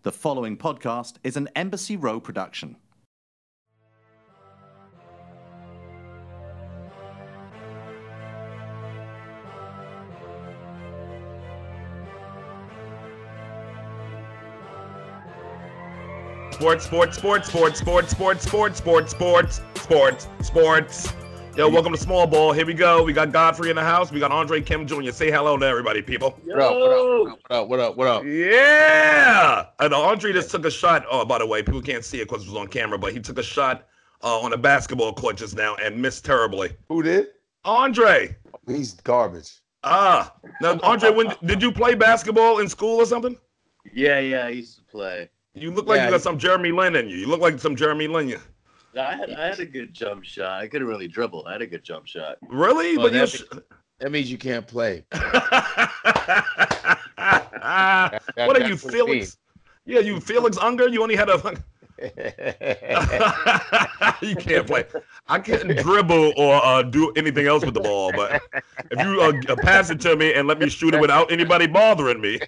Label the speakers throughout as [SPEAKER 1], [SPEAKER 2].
[SPEAKER 1] The following podcast is an Embassy Row production.
[SPEAKER 2] Sports, sports, sports, sports, sports, sports, sports, sports, sports, sports, sports. Yo, welcome to Small Ball. Here we go. We got Godfrey in the house. We got Andre Kim Jr. Say hello to everybody, people.
[SPEAKER 3] What up, what up? What up? What up? What up?
[SPEAKER 2] Yeah. And Andre just took a shot. Oh, by the way, people can't see it because it was on camera, but he took a shot uh, on a basketball court just now and missed terribly.
[SPEAKER 3] Who did?
[SPEAKER 2] Andre.
[SPEAKER 3] He's garbage.
[SPEAKER 2] Ah. Now, Andre, when did you play basketball in school or something?
[SPEAKER 4] Yeah, yeah, I used to play.
[SPEAKER 2] You look like
[SPEAKER 3] Yeah,
[SPEAKER 2] you got
[SPEAKER 3] he-
[SPEAKER 2] some Jeremy Lin in you. You look like some Jeremy Lin. you.
[SPEAKER 4] I had I had a good jump shot. I couldn't really dribble. I had a good jump shot.
[SPEAKER 2] Really?
[SPEAKER 4] Well,
[SPEAKER 2] but you.
[SPEAKER 4] that'd
[SPEAKER 3] That means you can't play.
[SPEAKER 2] sh-
[SPEAKER 3] That- that-
[SPEAKER 2] what are you,
[SPEAKER 3] that's it
[SPEAKER 2] Felix? Yeah, you Felix Unger. You only had a.
[SPEAKER 3] means.
[SPEAKER 2] you can't play. I couldn't dribble or uh, do anything else with the ball. But if you uh, pass it to me and let me shoot it without anybody bothering me,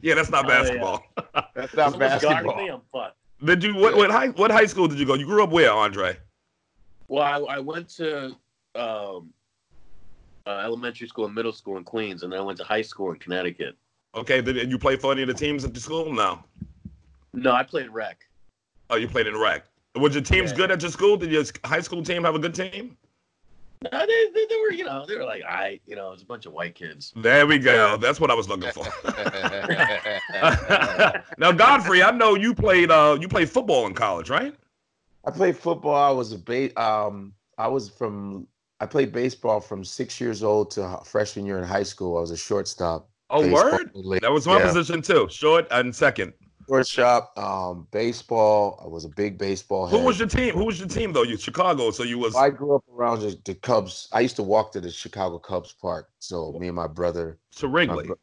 [SPEAKER 2] yeah, that's not
[SPEAKER 4] Oh, yeah.
[SPEAKER 2] basketball.
[SPEAKER 3] that's not
[SPEAKER 4] Someone's guarding me,
[SPEAKER 3] basketball.
[SPEAKER 4] I'm fucked.
[SPEAKER 2] Did you what? What high? What high school did you go? You grew up where, Andre?
[SPEAKER 4] Well, I, I went to um, uh, elementary school and middle school in Queens, and then I went to high school in Connecticut.
[SPEAKER 2] Okay, did you play for any of the teams at the school? No.
[SPEAKER 4] No, I played rec.
[SPEAKER 2] Oh, you played in rec. Was your teams
[SPEAKER 4] Yeah.
[SPEAKER 2] good at your school? Did your high school team have a good team?
[SPEAKER 4] No, they, they, they were you know they were like I you know it was a bunch of white kids.
[SPEAKER 2] There we go. That's what I was looking for. now, Godfrey, I know you played uh you played football in college, right?
[SPEAKER 3] I played football. I was a ba- um I was from I played baseball from six years old to h- freshman year in high school. I was a shortstop.
[SPEAKER 2] Oh,
[SPEAKER 3] Baseball
[SPEAKER 2] word.
[SPEAKER 3] league.
[SPEAKER 2] That was my
[SPEAKER 3] Yeah.
[SPEAKER 2] position too, short and second.
[SPEAKER 3] Shortstop, um, baseball. I was a big baseball head.
[SPEAKER 2] Who was your team? Who was your team though? You Chicago, so you was
[SPEAKER 3] I grew up around the, the Cubs. I used to walk to the Chicago Cubs park. So me and my brother
[SPEAKER 2] to Wrigley.
[SPEAKER 3] Uh,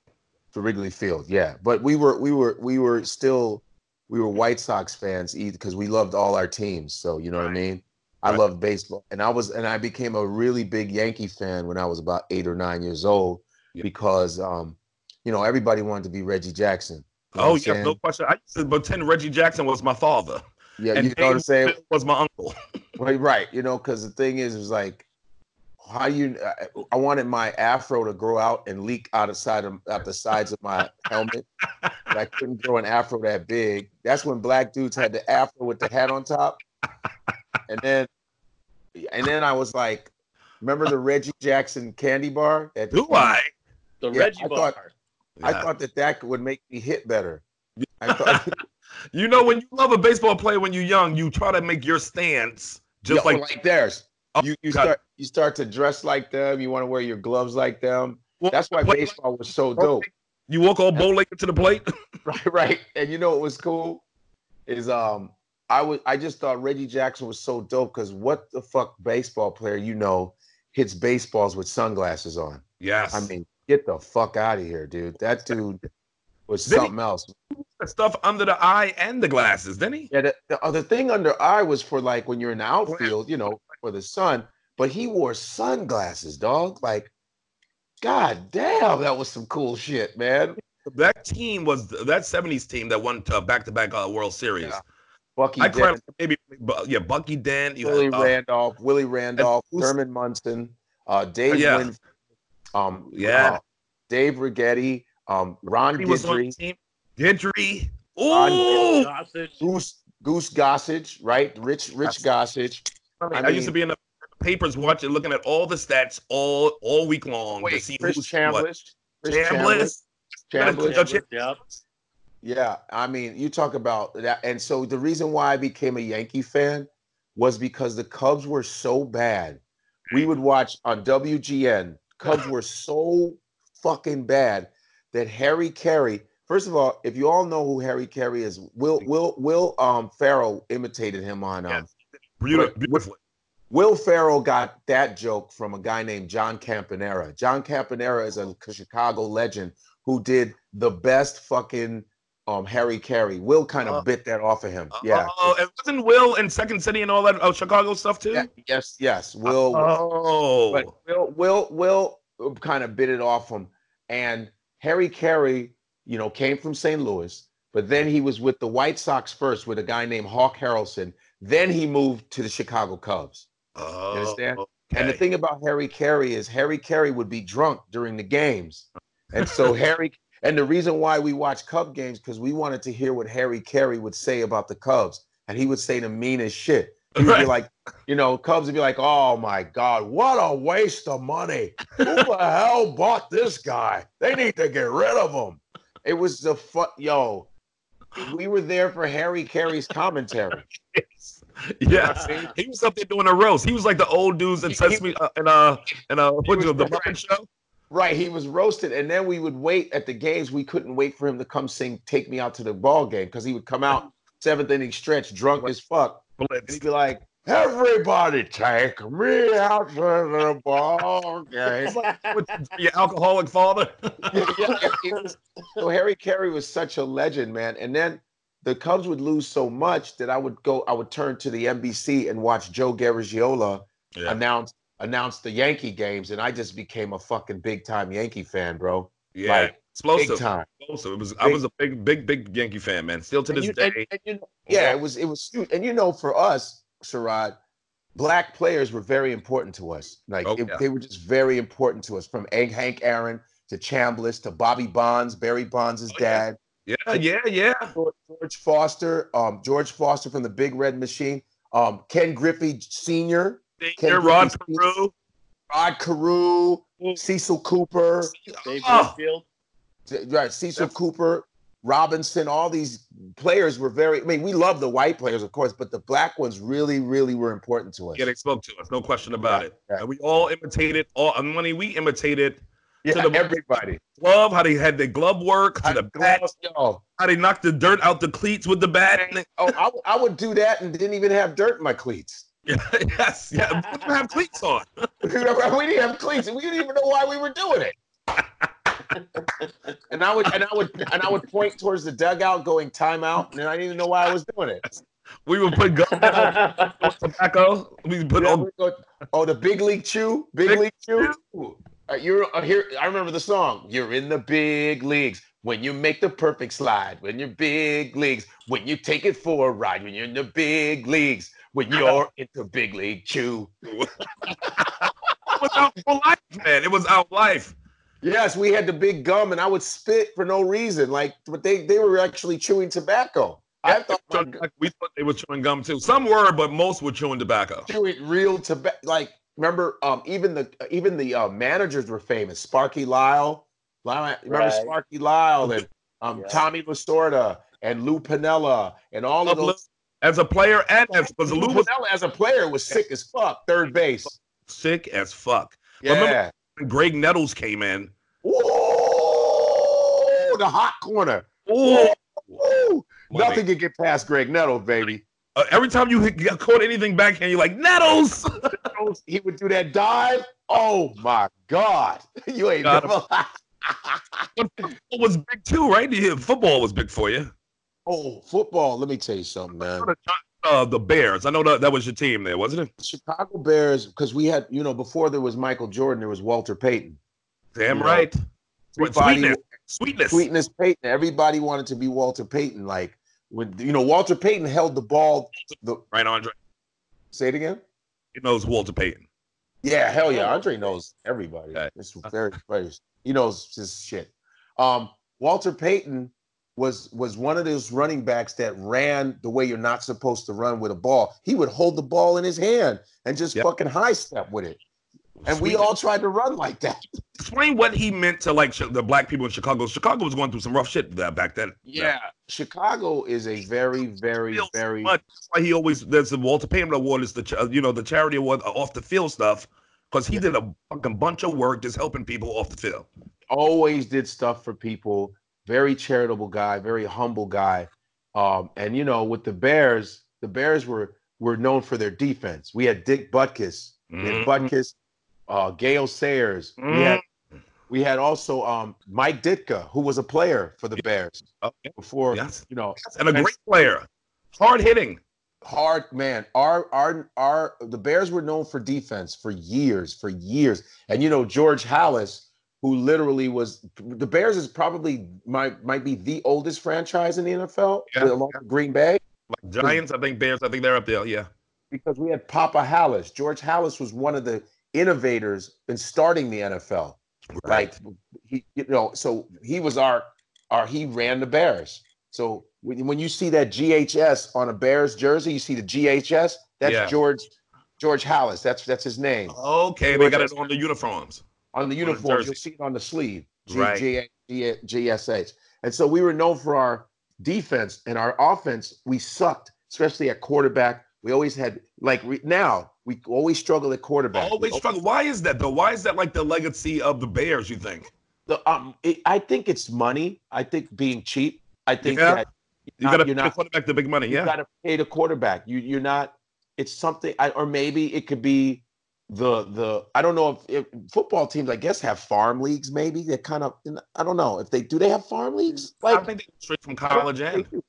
[SPEAKER 3] to Wrigley Field. Yeah, but we were we were we were still we were White Sox fans because we loved all our teams. So you know what I mean. I
[SPEAKER 2] Right.
[SPEAKER 3] loved baseball, and I was and I became a really big Yankee fan when I was about eight or nine years old
[SPEAKER 2] Yeah.
[SPEAKER 3] because um, you know everybody wanted to be Reggie Jackson. You know
[SPEAKER 2] Oh
[SPEAKER 3] what I'm
[SPEAKER 2] yeah, no
[SPEAKER 3] saying?
[SPEAKER 2] question. I used to pretend Reggie Jackson was my father,
[SPEAKER 3] yeah,
[SPEAKER 2] and
[SPEAKER 3] you know what I'm saying.
[SPEAKER 2] Dave was my uncle.
[SPEAKER 3] Right, right. You know, because the thing is, is like, how you? I, I wanted my afro to grow out and leak out of side of out the sides of my helmet, but I couldn't grow an afro that big. That's when black dudes had the afro with the hat on top, and then, and then I was like, remember the Reggie Jackson candy bar? That
[SPEAKER 2] Do I?
[SPEAKER 4] The
[SPEAKER 3] Yeah,
[SPEAKER 4] Reggie
[SPEAKER 3] I
[SPEAKER 4] Bar.
[SPEAKER 3] thought- I thought that that would make me hit better. I thought,
[SPEAKER 2] You know, when you love a baseball player when you're young, you try to make your stance just
[SPEAKER 3] Yo,
[SPEAKER 2] like,
[SPEAKER 3] like theirs.
[SPEAKER 2] Oh,
[SPEAKER 3] you you
[SPEAKER 2] God.
[SPEAKER 3] start you start to dress like them. You want to wear your gloves like them.
[SPEAKER 2] Well,
[SPEAKER 3] That's why
[SPEAKER 2] what-
[SPEAKER 3] baseball was so dope.
[SPEAKER 2] you walk all bow legged to the plate.
[SPEAKER 3] Right, right. And you know what was cool is um I was I just thought Reggie Jackson was so dope because what the fuck baseball player you know hits baseballs with sunglasses on?
[SPEAKER 2] Yes.
[SPEAKER 3] I mean, get the fuck out of here, dude. That dude was
[SPEAKER 2] Did he-
[SPEAKER 3] something else.
[SPEAKER 2] the stuff under the eye and the glasses, didn't he?
[SPEAKER 3] Yeah, the, the other thing under eye was for like when you're in the outfield, you know, for the sun. But he wore sunglasses, dog. Like, god damn, that was some cool shit, man.
[SPEAKER 2] That team was that '70s team that won uh, back-to-back uh, World Series.
[SPEAKER 3] Yeah. Bucky
[SPEAKER 2] I
[SPEAKER 3] Dent,
[SPEAKER 2] cried maybe, but, yeah, Bucky Dent. You
[SPEAKER 3] Willie
[SPEAKER 2] had, uh,
[SPEAKER 3] Randolph, Willie Randolph,
[SPEAKER 2] who's-
[SPEAKER 3] Thurman Munson, uh, Dave
[SPEAKER 2] Yeah.
[SPEAKER 3] Winf- um,
[SPEAKER 2] Yeah.
[SPEAKER 3] uh, Dave Rigetti, um, Ron
[SPEAKER 2] he was on the
[SPEAKER 3] Guidry,
[SPEAKER 2] team. Gidry.
[SPEAKER 3] Ron
[SPEAKER 2] Ooh,
[SPEAKER 4] Gossage.
[SPEAKER 3] Goose Goose Gossage, right? Rich Rich Gossage.
[SPEAKER 2] I, used to
[SPEAKER 3] mean-
[SPEAKER 2] be in the papers watching, looking at all the stats all all week long to see
[SPEAKER 3] Chris
[SPEAKER 2] who's what.
[SPEAKER 3] Chambliss. Chris
[SPEAKER 2] Chambliss.
[SPEAKER 3] Chambliss.
[SPEAKER 2] Chambliss.
[SPEAKER 3] Chambliss.
[SPEAKER 4] Yep.
[SPEAKER 3] Yeah, I mean, you talk about that, and so the reason why I became a Yankee fan was because the Cubs were so bad. We would watch on WGN. Cubs were so fucking bad that Harry Carey. First of all, if you all know who Harry Carey is, Will Will Will um Farrell imitated him on um,
[SPEAKER 2] Yes. Beautiful, beautifully.
[SPEAKER 3] Will Farrell got that joke from a guy named John Campanera. John Campanera is a Chicago legend who did the best fucking um, Harry Carey. Will kind of
[SPEAKER 2] Oh.
[SPEAKER 3] bit that off of him. Yeah.
[SPEAKER 2] Oh, and wasn't Will in Second City and all that uh, Chicago stuff too?
[SPEAKER 3] Yeah, Yes. Yes. Will.
[SPEAKER 2] Oh,
[SPEAKER 3] But um, Will. Will. Will kind of bit it off him, and Harry Carey you know, came from St. Louis, but then he was with the White Sox first with a guy named Hawk Harrelson. Then he moved to the Chicago Cubs.
[SPEAKER 2] Oh,
[SPEAKER 3] understand?
[SPEAKER 2] okay.
[SPEAKER 3] And the thing about Harry Carey is Harry Carey would be drunk during the games. And so Harry and the reason why we watch Cub games because we wanted to hear what Harry Carey would say about the Cubs. And he would say the meanest shit. He would be
[SPEAKER 2] Right.
[SPEAKER 3] like, you know, Cubs would be like, oh my God, what a waste of money. Who the hell bought this guy? They need to get rid of him. It was the fuck, yo. We were there for Harry Carey's commentary.
[SPEAKER 2] Yes, he was up there doing a roast. He was like the old dudes in
[SPEAKER 3] He-
[SPEAKER 2] Sesame uh, and uh and uh
[SPEAKER 3] He
[SPEAKER 2] what
[SPEAKER 3] was
[SPEAKER 2] you the
[SPEAKER 3] the-
[SPEAKER 2] Muppet Show.
[SPEAKER 3] Right, he was roasted, and then we would wait at the games. We couldn't wait for him to come sing "Take Me Out to the Ball Game" because he would come out seventh inning stretch, drunk as fuck, and
[SPEAKER 2] Blitz.
[SPEAKER 3] he'd be like, "Everybody, take me out to the ball game."
[SPEAKER 2] With your alcoholic father.
[SPEAKER 3] Yeah, it was- so Harry Carey was such a legend, man. And then the Cubs would lose so much that I would go, I would turn to the NBC and watch Joe Garagiola
[SPEAKER 2] Yeah.
[SPEAKER 3] announce announce the Yankee games, and I just became a fucking big time Yankee fan, bro,
[SPEAKER 2] Yeah,
[SPEAKER 3] Like, big
[SPEAKER 2] explosive,
[SPEAKER 3] time.
[SPEAKER 2] explosive. It was I was a big, big, big Yankee fan, man. Still to
[SPEAKER 3] And
[SPEAKER 2] this
[SPEAKER 3] you-
[SPEAKER 2] day.
[SPEAKER 3] and- and you- yeah, it was it was huge. And you know, for us, Sherrod, black players were very important to us. Like
[SPEAKER 2] Oh,
[SPEAKER 3] it-
[SPEAKER 2] yeah.
[SPEAKER 3] they were just very important to us. From Hank- Hank Aaron to Chambliss to Bobby Bonds, Barry Bonds'
[SPEAKER 2] Oh, yeah.
[SPEAKER 3] dad,
[SPEAKER 2] Yeah, yeah, yeah.
[SPEAKER 3] George, George Foster, um, George Foster from the Big Red Machine, um, Ken Griffey Senior,
[SPEAKER 2] Senior, Rod Carew.
[SPEAKER 3] Rod Carew,
[SPEAKER 2] Mm.
[SPEAKER 3] Cecil Cooper,
[SPEAKER 4] Dave
[SPEAKER 2] Oh.
[SPEAKER 4] Winfield.
[SPEAKER 3] right, Cecil Cooper, Robinson, all these players were very. I mean, we love the white players, of course, but the black ones really, really were important to us.
[SPEAKER 2] Yeah, they spoke to us, no question about
[SPEAKER 3] Yeah,
[SPEAKER 2] it.
[SPEAKER 3] yeah.
[SPEAKER 2] And we all imitated all and money. We imitated
[SPEAKER 3] Yeah,
[SPEAKER 2] to the-
[SPEAKER 3] everybody.
[SPEAKER 2] glove, how they had the glove work, to
[SPEAKER 3] I-
[SPEAKER 2] the bat,
[SPEAKER 3] yo,
[SPEAKER 2] how they knocked the dirt out the cleats with the bat.
[SPEAKER 3] oh, I, I would do that and didn't even have dirt in my cleats.
[SPEAKER 2] yes, yeah. We didn't have cleats on.
[SPEAKER 3] we didn't have cleats, and we didn't even know why we were doing it. and I would, and I would, and I would point towards the dugout, going timeout, and I didn't even know why I was doing it.
[SPEAKER 2] We would put gum down, tobacco. We put
[SPEAKER 3] Yeah,
[SPEAKER 2] on
[SPEAKER 3] we go, oh, the big league chew, big,
[SPEAKER 2] Big
[SPEAKER 3] league chew. Uh, you're uh, here. I remember the song. You're in the big leagues when you make the perfect slide. When you're big leagues, when you take it for a ride. When you're in the big leagues, when you're into big league chew.
[SPEAKER 2] It was our whole life, man. It was our life.
[SPEAKER 3] Yes, we had the big gum, and I would spit for no reason. Like, but they they were actually chewing tobacco. I thought my
[SPEAKER 2] Chewing- we thought they were chewing gum too. Some were, but most were chewing tobacco.
[SPEAKER 3] chewing real tobacco. Like, remember, um, even the even the uh, managers were famous. Sparky Lyle, Lyle remember
[SPEAKER 4] Right.
[SPEAKER 3] Sparky Lyle and um,
[SPEAKER 4] Yeah.
[SPEAKER 3] Tommy Lasorda and Lou Pinella and all of
[SPEAKER 2] Love
[SPEAKER 3] those.
[SPEAKER 2] As a player and as because
[SPEAKER 3] Lou
[SPEAKER 2] Lou was
[SPEAKER 3] Piniella as a player was sick as fuck. Third base.
[SPEAKER 2] sick as fuck.
[SPEAKER 3] Yeah.
[SPEAKER 2] Remember- Greg Nettles came in.
[SPEAKER 3] Ooh, the hot corner.
[SPEAKER 2] Oh,
[SPEAKER 3] Ooh, nothing could get past Greg Nettles, baby.
[SPEAKER 2] uh, every time you hit- got caught anything back and you're like Nettles.
[SPEAKER 3] He would do that dive. Oh my God. You ain't
[SPEAKER 2] Got
[SPEAKER 3] never.
[SPEAKER 2] It was big too, right? Yeah, football was big for you.
[SPEAKER 3] oh, football. Let me tell you something, man.
[SPEAKER 2] Uh, the Bears. I know that that was your team there, wasn't it?
[SPEAKER 3] Chicago Bears, because we had, you know, before there was Michael Jordan, there was Walter Payton.
[SPEAKER 2] Damn
[SPEAKER 3] Yeah.
[SPEAKER 2] right. What,
[SPEAKER 3] Everybody,
[SPEAKER 2] sweetness. Sweetness.
[SPEAKER 3] sweetness Payton. Everybody wanted to be Walter Payton. Like when you know, Walter Payton held the ball. The
[SPEAKER 2] Right, Andre.
[SPEAKER 3] say it again.
[SPEAKER 2] He knows Walter Payton.
[SPEAKER 3] Yeah, hell yeah. Andre knows everybody.
[SPEAKER 2] Okay.
[SPEAKER 3] It's very players. He knows his shit. Um, Walter Payton was was one of those running backs that ran the way you're not supposed to run with a ball. He would hold the ball in his hand and just
[SPEAKER 2] Yep.
[SPEAKER 3] fucking high step with it. And we
[SPEAKER 2] Sweetness.
[SPEAKER 3] all tried to run like that.
[SPEAKER 2] explain what he meant to like the black people in Chicago. Chicago was going through some rough shit that back then.
[SPEAKER 3] Chicago is a very, very,
[SPEAKER 2] Feels
[SPEAKER 3] very
[SPEAKER 2] much. that's why he always there's the Walter Payton Award is the ch- uh, you know the charity award uh, off the field stuff because he did a fucking bunch of work just helping people off the field.
[SPEAKER 3] always did stuff for people. Very charitable guy, very humble guy. Um, and you know, with the Bears, the Bears were were known for their defense. We had Dick Butkus, we
[SPEAKER 2] Mhm.
[SPEAKER 3] had Butkus, uh, Gail Sayers. We had we had also um, Mike Ditka, who was a player for the Bears
[SPEAKER 2] Okay.
[SPEAKER 3] before.
[SPEAKER 2] uh, Yes,
[SPEAKER 3] You know,
[SPEAKER 2] and a great player, hard hitting.
[SPEAKER 3] hard man. Our our our the Bears were known for defense for years, for years. And you know, George Hallis who literally was the Bears is probably might might be the oldest franchise in the NFL
[SPEAKER 2] Yeah.
[SPEAKER 3] along with Green Bay
[SPEAKER 2] Like Giants, I think Bears, I think they're up there. Yeah.
[SPEAKER 3] because we had Papa Hallis. George Hallis was one of the innovators in starting the NFL. Like he, you know, so he was our our he ran the Bears. So when, when you see that GHS on a Bears jersey, you see the GHS. That's
[SPEAKER 2] Yeah.
[SPEAKER 3] George George Hallis. That's that's his name
[SPEAKER 2] Uh-huh. Okay, they got it on the uniforms.
[SPEAKER 3] on the
[SPEAKER 2] the jersey.
[SPEAKER 3] uniforms. You'll see it on the sleeve. G-
[SPEAKER 2] Right.
[SPEAKER 3] G- G- GSH. And so we were known for our defense and our offense. We sucked, especially at quarterback. We always had like re- now we always struggle at quarterback.
[SPEAKER 2] Always
[SPEAKER 3] We-
[SPEAKER 2] struggle. Why is that though? Why is that like the legacy of the Bears? You think
[SPEAKER 3] the, um, it, I think it's money. I think being cheap. I think
[SPEAKER 2] Yeah.
[SPEAKER 3] that
[SPEAKER 2] you
[SPEAKER 3] Uh,
[SPEAKER 2] got to
[SPEAKER 3] you're
[SPEAKER 2] pay the
[SPEAKER 3] not-
[SPEAKER 2] quarterback the big money?
[SPEAKER 3] you
[SPEAKER 2] Yeah.
[SPEAKER 3] got to pay the quarterback. You you're not. It's something, I, or maybe it could be the the. I don't know if, if football teams, I guess, have farm leagues. Maybe they kind of. I don't know if they do. They have farm leagues.
[SPEAKER 2] I
[SPEAKER 3] Like
[SPEAKER 2] don't think they go straight from
[SPEAKER 3] I don't
[SPEAKER 2] college
[SPEAKER 3] think
[SPEAKER 2] and
[SPEAKER 3] they do.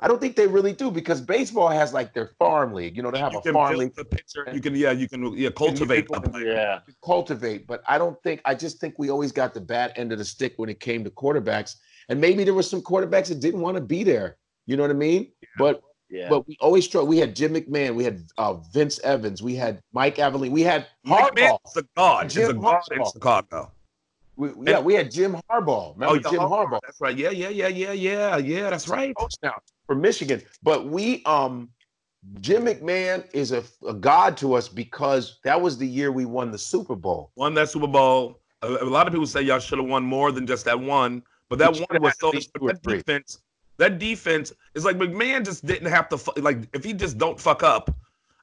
[SPEAKER 3] I don't think they really do because baseball has like their farm league. You know, they have
[SPEAKER 2] you
[SPEAKER 3] a
[SPEAKER 2] can
[SPEAKER 3] farm
[SPEAKER 2] build
[SPEAKER 3] league
[SPEAKER 2] the picture. You can yeah, you can yeah cultivate the player.
[SPEAKER 4] Yeah.
[SPEAKER 3] to cultivate, but I don't think I just think we always got the bad end of the stick when it came to quarterbacks. And maybe there were some quarterbacks that didn't want to be there. You know what I mean? But
[SPEAKER 4] Yeah.
[SPEAKER 3] but we always struggled. We had Jim McMahon, we had uh, Vince Evans, we had Mike Abilene, we had
[SPEAKER 2] Mike
[SPEAKER 3] Harbaugh.
[SPEAKER 2] Mann's a god. He's a
[SPEAKER 3] Jim
[SPEAKER 2] god in
[SPEAKER 3] Harbaugh.
[SPEAKER 2] Chicago.
[SPEAKER 3] We, yeah, we had Jim Harbaugh. Remember
[SPEAKER 2] yeah,
[SPEAKER 3] Jim
[SPEAKER 2] Harbaugh.
[SPEAKER 3] Harbaugh?
[SPEAKER 2] That's right. Yeah, yeah, yeah, yeah, yeah, yeah. That's right.
[SPEAKER 3] coach now for Michigan. But we, um, Jim McMahon is a, a god to us because that was the year we won the Super Bowl.
[SPEAKER 2] Won that Super Bowl. A, a lot of people say y'all should have won more than just that one, but that
[SPEAKER 3] We
[SPEAKER 2] one
[SPEAKER 3] should've
[SPEAKER 2] was
[SPEAKER 3] had
[SPEAKER 2] so
[SPEAKER 3] at least two or
[SPEAKER 2] that
[SPEAKER 3] three.
[SPEAKER 2] defense. That defense is like McMahon just didn't have to fu- like if he just don't fuck up,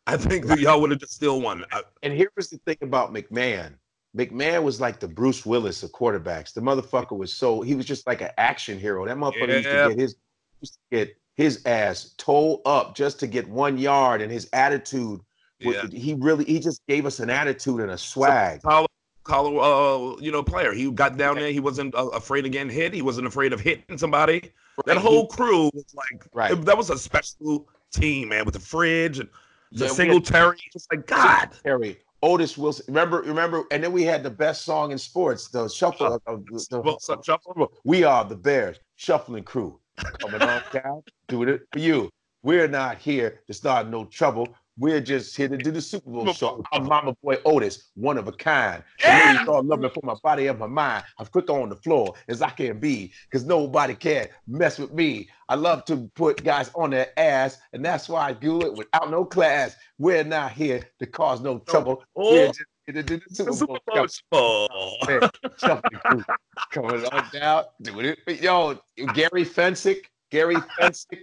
[SPEAKER 2] I think that y'all would have just still won. I-
[SPEAKER 3] And here was the thing about McMahon. McMahon was like the Bruce Willis of quarterbacks. The motherfucker was so he was just like an action hero. That motherfucker used
[SPEAKER 2] Yeah.
[SPEAKER 3] to get his used to get his ass towed up just to get one yard, and his attitude. was-
[SPEAKER 2] yeah.
[SPEAKER 3] He really he just gave us an attitude and a swag.
[SPEAKER 2] Collar, collar, uh, you know, player. He got down there. He wasn't uh, afraid of getting hit. He wasn't afraid of hitting somebody. That whole crew was like
[SPEAKER 3] right.
[SPEAKER 2] it- that was a special team, man, with the fridge and the
[SPEAKER 3] Yeah, we
[SPEAKER 2] single Terry. It's like God.
[SPEAKER 3] Terry, Otis Wilson. Remember, remember, and then we had the best song in sports, the shuffle. of- of the- the-
[SPEAKER 2] Well, so shuffle.
[SPEAKER 3] we are the Bears, shuffling crew. Coming on down, doing it for you. We're not here to start no trouble. We're just here to do the Super Bowl. So I'm Mama Boy Otis, one of a kind. The ladies all love me for my body and my mind. I'm quick on the floor as I can be, because nobody can mess with me. I love to put guys on their ass, and that's why I do it without no class. We're not here to cause no trouble. We're just here to do the Super Bowl.
[SPEAKER 2] Oh, Super Bowl
[SPEAKER 3] Shuffle.
[SPEAKER 2] shuffle.
[SPEAKER 3] Hey, Chuffing Crew coming on down, doing it. But yo, Gary Fensick, Gary Fensick.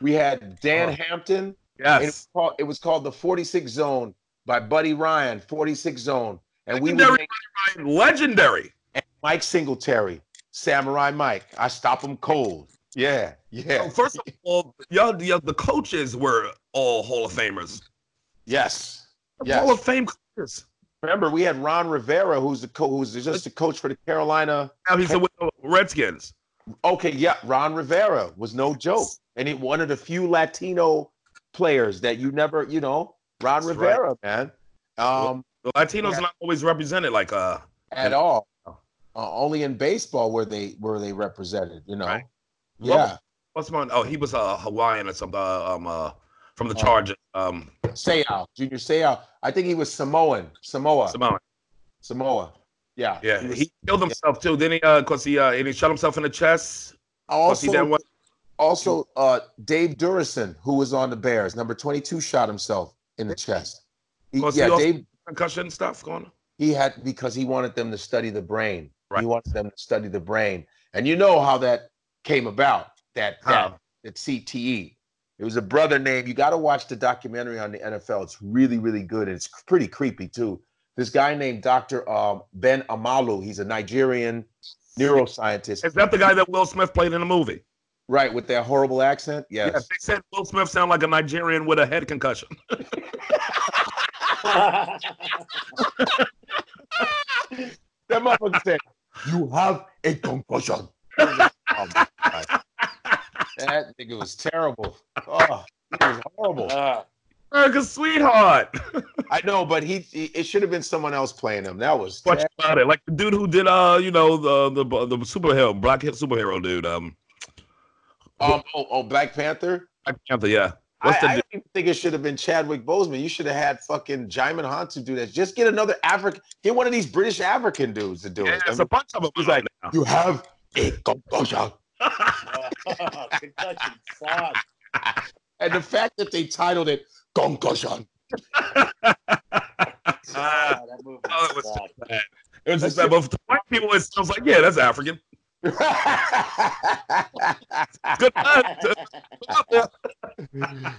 [SPEAKER 3] We had Dan
[SPEAKER 2] Oh.
[SPEAKER 3] Hampton. and it, was
[SPEAKER 2] Yes.
[SPEAKER 3] called, it was called the 46 Zone by Buddy Ryan, 46 Zone. And we
[SPEAKER 2] Legendary
[SPEAKER 3] were
[SPEAKER 2] Legendary.
[SPEAKER 3] Mike Singletary, Samurai Mike. I stop him cold. Yeah,
[SPEAKER 2] So
[SPEAKER 3] yeah,
[SPEAKER 2] first of all, y'all, y'all, the coaches were all Hall of Famers.
[SPEAKER 3] yes,
[SPEAKER 2] Hall
[SPEAKER 3] yes.
[SPEAKER 2] of Fame coaches.
[SPEAKER 3] Remember, we had Ron Rivera, who's the co- who's just the coach for the Carolina
[SPEAKER 2] Now he's with the Redskins.
[SPEAKER 3] Okay, yeah, Ron Rivera was no joke, and he one of the few Latino players that you never, you know, Ron
[SPEAKER 2] That's right.
[SPEAKER 3] Rivera, man, um,
[SPEAKER 2] The Latinos not always represented like uh
[SPEAKER 3] at all. Uh, only in baseball were they were they represented, you know.
[SPEAKER 2] Right.
[SPEAKER 3] Yeah,
[SPEAKER 2] what's my oh he was a uh, Hawaiian or something uh, um uh from the
[SPEAKER 3] Oh.
[SPEAKER 2] Chargers um
[SPEAKER 3] Seau, Junior Seau. I think he was Samoan, Samoa,
[SPEAKER 2] Samoa.
[SPEAKER 3] Samoa. Yeah,
[SPEAKER 2] Yeah,
[SPEAKER 3] was-
[SPEAKER 2] he killed himself too. Then he uh cause he uh and he shot himself in the chest. Cause he
[SPEAKER 3] also
[SPEAKER 2] didn't want-
[SPEAKER 3] also uh, Dave Durison, who was on the Bears, number twenty two, shot himself in the chest. He-
[SPEAKER 2] Was he
[SPEAKER 3] yeah,
[SPEAKER 2] also-
[SPEAKER 3] Dave
[SPEAKER 2] concussion stuff going on.
[SPEAKER 3] He had because he wanted them to study the brain.
[SPEAKER 2] Right.
[SPEAKER 3] He wanted them to study the brain, and you know how that came about. That
[SPEAKER 2] How?
[SPEAKER 3] that, that CTE. E. It was a brother named. You got to watch the documentary on the NFL. It's really really good, and it's pretty creepy too. This guy named Dr. Um, ben Amalu. He's a Nigerian neuroscientist,
[SPEAKER 2] Is that the guy that Will Smith played in the movie?
[SPEAKER 3] right? With that horrible accent.
[SPEAKER 2] Yeah,
[SPEAKER 3] Yes.
[SPEAKER 2] they said Will Smith sounded like a Nigerian with a head concussion.
[SPEAKER 3] Oh. That motherfucker said, "You have a concussion." Oh, my God. that nigga was terrible. Oh, he was horrible.
[SPEAKER 4] Ah,
[SPEAKER 2] America's sweetheart.
[SPEAKER 3] I know, but he, he- it should have been someone else playing him. That was
[SPEAKER 2] Much
[SPEAKER 3] ter-
[SPEAKER 2] about it. Like the dude who did uh, you know, the the the superhero black superhero dude. Um
[SPEAKER 3] um, oh, oh Black Panther.
[SPEAKER 2] Black Panther, yeah.
[SPEAKER 3] I,
[SPEAKER 2] What's the
[SPEAKER 3] I don't even think it should have been Chadwick Boseman. You should have had fucking Jaimin Hantu do that. Just get another African, get one of these British African dudes to do
[SPEAKER 2] dude? Yeah,
[SPEAKER 3] it. I
[SPEAKER 2] it's a
[SPEAKER 3] mean,
[SPEAKER 2] bunch of them.
[SPEAKER 3] He's like,
[SPEAKER 2] now.
[SPEAKER 3] you have a concussion.
[SPEAKER 4] oh, Concussion sucks.
[SPEAKER 3] And the fact that they titled it concussion.
[SPEAKER 2] Ah,
[SPEAKER 4] Oh, that movie
[SPEAKER 2] oh, it was so
[SPEAKER 4] sucked.
[SPEAKER 2] bad. It was just that, but to white people, it sounds like, yeah, that's African. Good luck.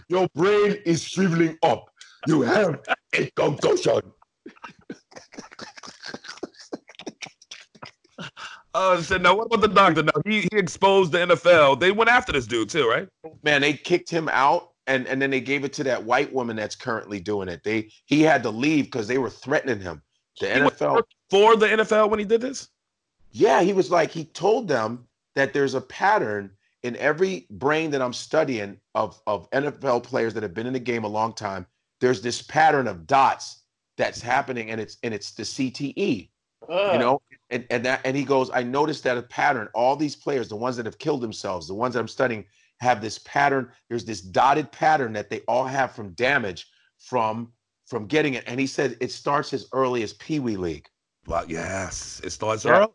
[SPEAKER 3] Your brain is shriveling up. You have a concussion.
[SPEAKER 2] Uh, said, now what about the doctor? Now he, he exposed the NFL. They went after this dude too, right?
[SPEAKER 3] Man, they kicked him out, and and then they gave it to that white woman that's currently doing it. They he had to leave because they were threatening him. The
[SPEAKER 2] He was
[SPEAKER 3] NFL.
[SPEAKER 2] working for the NFL when he did this.
[SPEAKER 3] Yeah, he was like, he told them that there's a pattern in every brain that I'm studying of, of NFL players that have been in the game a long time. There's this pattern of dots that's happening, and it's and it's the E. CTE, you know. And and that and he goes, I noticed that a pattern. All these players, the ones that have killed themselves, the ones that I'm studying, have this pattern. There's this dotted pattern that they all have from damage from from getting it. And he said it starts as early as Pee Wee League.
[SPEAKER 2] Well, yes, it starts
[SPEAKER 3] Yeah,
[SPEAKER 2] early.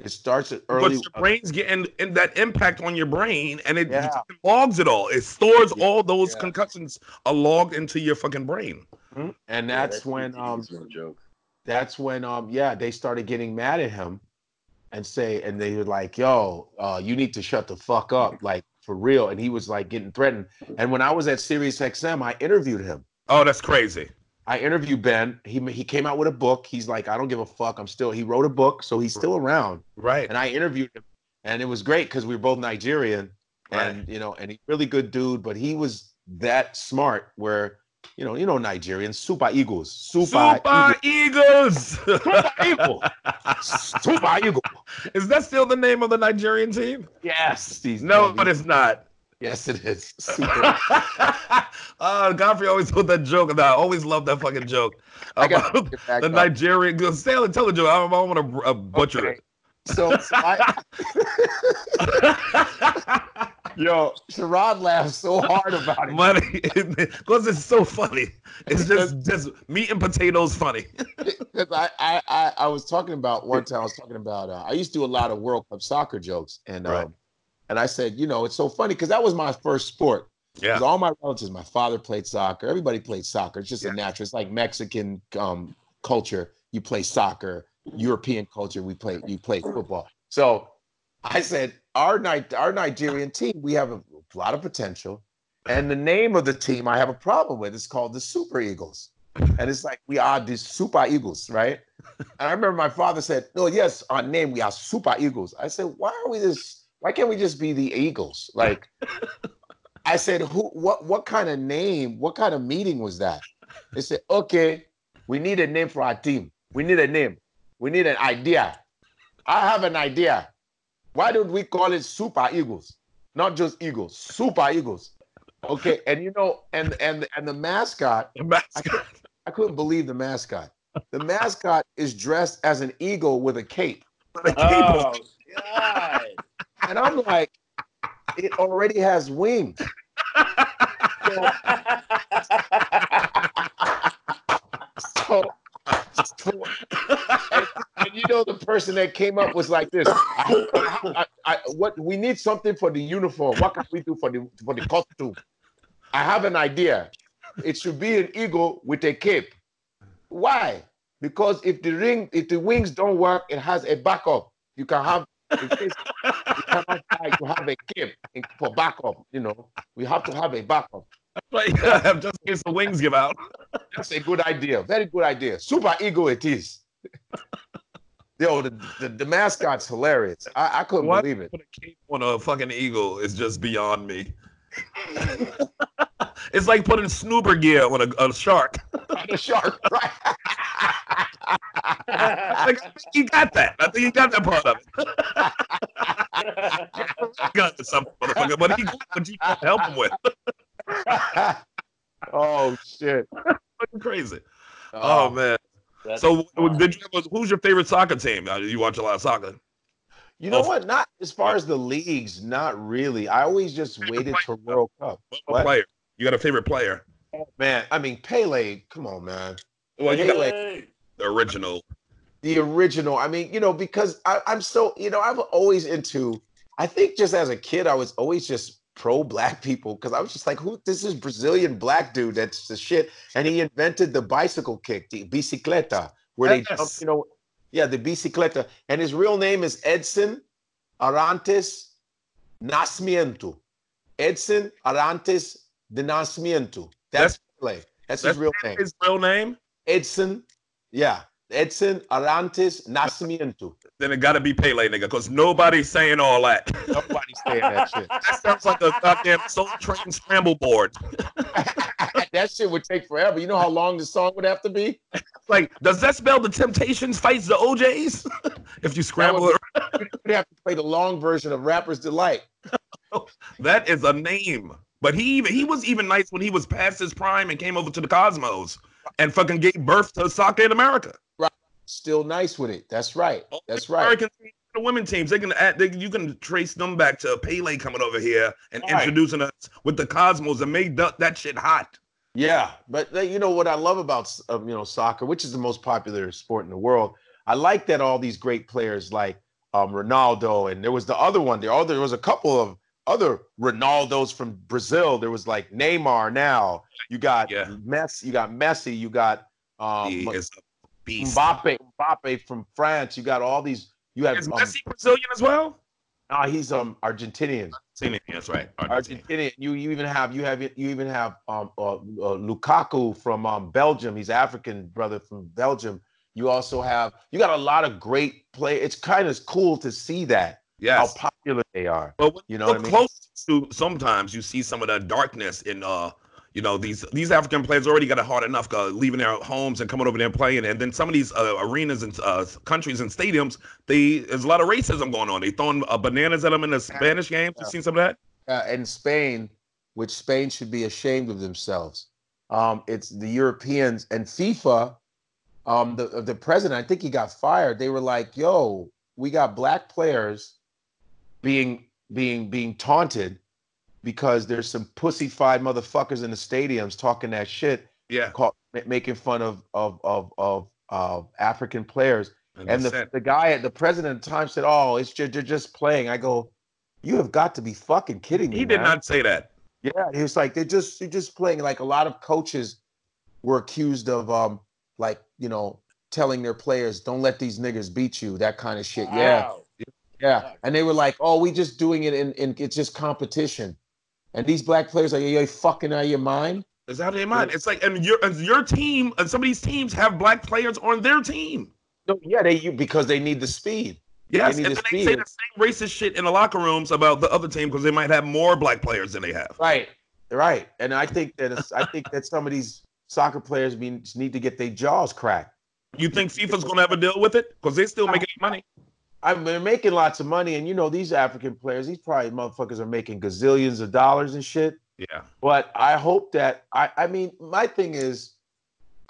[SPEAKER 3] It starts at
[SPEAKER 2] But
[SPEAKER 3] early.
[SPEAKER 2] your brain's getting and that impact on your brain, and it
[SPEAKER 3] Yeah.
[SPEAKER 2] logs it all. It stores
[SPEAKER 3] Yeah,
[SPEAKER 2] all those
[SPEAKER 4] yeah.
[SPEAKER 2] concussions are logged into your fucking brain.
[SPEAKER 3] and
[SPEAKER 4] Yeah,
[SPEAKER 3] that's when um
[SPEAKER 4] it's no joke.
[SPEAKER 3] that's when um yeah they started getting mad at him and say and they were like yo uh you need to shut the fuck up like for real and he was like getting threatened and when i was at sirius xm i interviewed him
[SPEAKER 2] Oh, that's crazy.
[SPEAKER 3] i interviewed ben he he came out with a book he's like i don't give a fuck i'm still he wrote a book so he's still around
[SPEAKER 2] Right.
[SPEAKER 3] and i interviewed him and it was great because we were both nigerian and you know and he's really good dude but he was that smart where you know you know nigerians super eagles super,
[SPEAKER 2] Super Eagles.
[SPEAKER 3] Super Eagles. Super Eagles.
[SPEAKER 2] Is that still the name of the Nigerian team?
[SPEAKER 3] Yes. These
[SPEAKER 2] No, but it's not.
[SPEAKER 3] yes, it is. Super.
[SPEAKER 2] uh, Godfrey always told that joke, and I always loved that fucking joke
[SPEAKER 3] I got
[SPEAKER 2] about the Nigerian. Go, Sailor, tell the joke. I don't, want to uh, butcher
[SPEAKER 3] Okay. So, so I,
[SPEAKER 2] it.
[SPEAKER 3] yo, Sherrod laughed so hard about it.
[SPEAKER 2] Money, because it's so funny. It's just just meat and potatoes funny.
[SPEAKER 3] 'Cause I, I, I, I was talking about one time. I was talking about. Uh, I used to do a lot of World Cup soccer jokes, and
[SPEAKER 2] Right.
[SPEAKER 3] um, and I said, you know, it's so funny because that was my first sport. 'Cause
[SPEAKER 2] Yeah,
[SPEAKER 3] all my relatives, my father played soccer. Everybody played soccer. It's just
[SPEAKER 2] Yeah.
[SPEAKER 3] a natural. It's like Mexican um, culture. You play soccer. European culture. We play. You play football. So I said, our Ni- our Nigerian team. We have a lot of potential. And the name of the team I have a problem with is called the Super Eagles. And it's like we are the Super Eagles, right? And I remember my father said, "No, yes, our name we are Super Eagles." I said, "Why are we this? Why can't we just be the Eagles?" Like I said, "Who? What? What kind of name? What kind of meeting was that?" They said, "Okay, we need a name for our team. We need a name. We need an idea. I have an idea. Why don't we call it Super Eagles? Not just Eagles, Super Eagles." Okay, and you know, and and and the mascot,
[SPEAKER 2] mascot.
[SPEAKER 3] I couldn't believe the mascot. The mascot is dressed as an eagle with a cape.
[SPEAKER 4] Oh, God.
[SPEAKER 3] And I'm like, it already has wings. So, so, so- and, and you know, the person that came up was like this. I, I- I- what we need something for the uniform. What can we do for the for the costume? I have an idea. It should be an eagle with a cape. Why? Because if the ring, if the wings don't work, it has a backup. You can have in case you cannot fly, you have a cape in- for backup. You know, we have to have a backup.
[SPEAKER 2] Like, yeah, just in case the wings give out.
[SPEAKER 3] That's a good idea. Very good idea. Super ego it is. Yo, the, the, the mascot's hilarious. I, I couldn't
[SPEAKER 2] What?
[SPEAKER 3] believe it.
[SPEAKER 2] Put a cape on a fucking eagle is just beyond me. it's like putting snooper gear on a, a shark.
[SPEAKER 3] The shark, right?
[SPEAKER 2] Like, I think he got that. I think he got that part of it. He got it, some motherfucker, but he got what you got to help him with.
[SPEAKER 3] oh shit.
[SPEAKER 2] Fucking crazy. Oh, man.
[SPEAKER 4] that's
[SPEAKER 2] So
[SPEAKER 4] fine.
[SPEAKER 2] did you have a- who's your favorite soccer team? Uh, You watch a lot of soccer.
[SPEAKER 3] You know
[SPEAKER 2] Oh.
[SPEAKER 3] what? Not as far as the leagues, not really. I always just waited for World Cup.
[SPEAKER 2] What,
[SPEAKER 3] What?
[SPEAKER 2] player? You got a favorite player?
[SPEAKER 3] Man, I mean Pele. Come on, man.
[SPEAKER 2] Well, you got
[SPEAKER 3] Pele.
[SPEAKER 4] Hey.
[SPEAKER 2] the original.
[SPEAKER 3] the original. I mean, you know, because I, I'm so, you know, I'm always into. I think just as a kid, I was always just pro black people because I was just like, who? This is Brazilian black dude. That's the shit. And he invented the bicycle kick, the bicicleta, where they, jump,
[SPEAKER 2] Yes.
[SPEAKER 3] you know, yeah, the bicicleta. And his real name is Edson Arantes Nascimento. Edson Arantes de Nascimento. That's Pele. That's his
[SPEAKER 2] That's
[SPEAKER 3] real name.
[SPEAKER 2] His real name?
[SPEAKER 3] Edson, yeah, Edson Arantes Nascimento.
[SPEAKER 2] Then it got to be Pele, nigga, because nobody's saying all that.
[SPEAKER 3] Nobody's saying that shit.
[SPEAKER 2] that sounds like a goddamn Soul Train scramble board.
[SPEAKER 3] that shit would take forever. You know how long the song would have to be?
[SPEAKER 2] Like, does that spell the Temptations fights the OJ's? if you scramble
[SPEAKER 3] would-
[SPEAKER 2] it,
[SPEAKER 3] You'd have to play the long version of Rapper's Delight.
[SPEAKER 2] that is a name. But he even he was even nice when he was past his prime and came over to the Cosmos and fucking gave birth to soccer in America.
[SPEAKER 3] Still nice with it. That's right.
[SPEAKER 2] All
[SPEAKER 3] That's
[SPEAKER 2] the
[SPEAKER 3] right.
[SPEAKER 2] American teams, the women teams, they can add, they, you can trace them back to Pele coming over here and
[SPEAKER 3] Right.
[SPEAKER 2] introducing us with the Cosmos and made that, that shit hot.
[SPEAKER 3] Yeah, but uh, you know what I love about uh, you know soccer, which is the most popular sport in the world. I like that all these great players like um, Ronaldo, and there was the other one. There, oh, there was a couple of other Ronaldos from Brazil. There was like Neymar. Now you got
[SPEAKER 2] Yeah.
[SPEAKER 3] Messi. You got Messi. You got um,
[SPEAKER 2] he is a beast.
[SPEAKER 3] Mbappe. Mbappe from France. You got all these. You have
[SPEAKER 2] Is
[SPEAKER 3] um,
[SPEAKER 2] Messi Brazilian as well?
[SPEAKER 3] nah, he's um Argentinian.
[SPEAKER 2] Argentinian, that's right. Argentina.
[SPEAKER 3] Argentinian. You you even have you have you even have um uh, uh, Lukaku from um Belgium. He's African brother from Belgium. You also have you got a lot of great play. It's kind of cool to see that
[SPEAKER 2] Yes.
[SPEAKER 3] how popular they are.
[SPEAKER 2] But when
[SPEAKER 3] You
[SPEAKER 2] you
[SPEAKER 3] know
[SPEAKER 2] look
[SPEAKER 3] what I mean?
[SPEAKER 2] close to sometimes you see some of the darkness in uh you know these these African players already got it hard enough uh, leaving their homes and coming over there and playing, and then some of these uh, arenas and uh, countries and stadiums, they there's a lot of racism going on. They throwing uh, bananas at them in the Spanish games. You seen some of that?
[SPEAKER 3] Uh, and Spain, which Spain should be ashamed of themselves. Um, it's the Europeans and FIFA. Um, the the president, I think he got fired. They were like, "Yo, we got black players being being being taunted because there's some pussyfied motherfuckers in the stadiums talking that shit,
[SPEAKER 2] Yeah,
[SPEAKER 3] call, ma- making fun of of of of uh, African players." And
[SPEAKER 2] that's
[SPEAKER 3] the,
[SPEAKER 2] it.
[SPEAKER 3] the guy at the president at the time said, "Oh, it's just, they're just playing." I go, "You have got to be fucking kidding me!"
[SPEAKER 2] he did
[SPEAKER 3] man."
[SPEAKER 2] not say that.
[SPEAKER 3] Yeah, he was like, "They're just they're just playing." Like a lot of coaches were accused of, um, like you know, telling their players, "Don't let these niggas beat you," that kind of shit. Yeah,
[SPEAKER 4] Wow.
[SPEAKER 3] yeah. And they were like, "Oh, we just doing it in, in it's just competition." And these black players are, "You fucking out of your mind?"
[SPEAKER 2] It's out of their mind. It's like and your and your team and some of these teams have black players on their team.
[SPEAKER 3] No, yeah, they you because they need the speed.
[SPEAKER 2] Yes,
[SPEAKER 3] need
[SPEAKER 2] and
[SPEAKER 3] to
[SPEAKER 2] then they
[SPEAKER 3] see
[SPEAKER 2] say
[SPEAKER 3] it.
[SPEAKER 2] the same racist shit in the locker rooms about the other team because they might have more black players than they have.
[SPEAKER 3] Right. Right. And I think that it's, I think that some of these soccer players mean, need to get their jaws cracked.
[SPEAKER 2] You think FIFA's gonna have a deal with it? Because they still making money.
[SPEAKER 3] I mean, they're making lots of money, and you know these African players, these probably motherfuckers are making gazillions of dollars and shit.
[SPEAKER 2] Yeah.
[SPEAKER 3] But I hope that I, I mean, my thing is,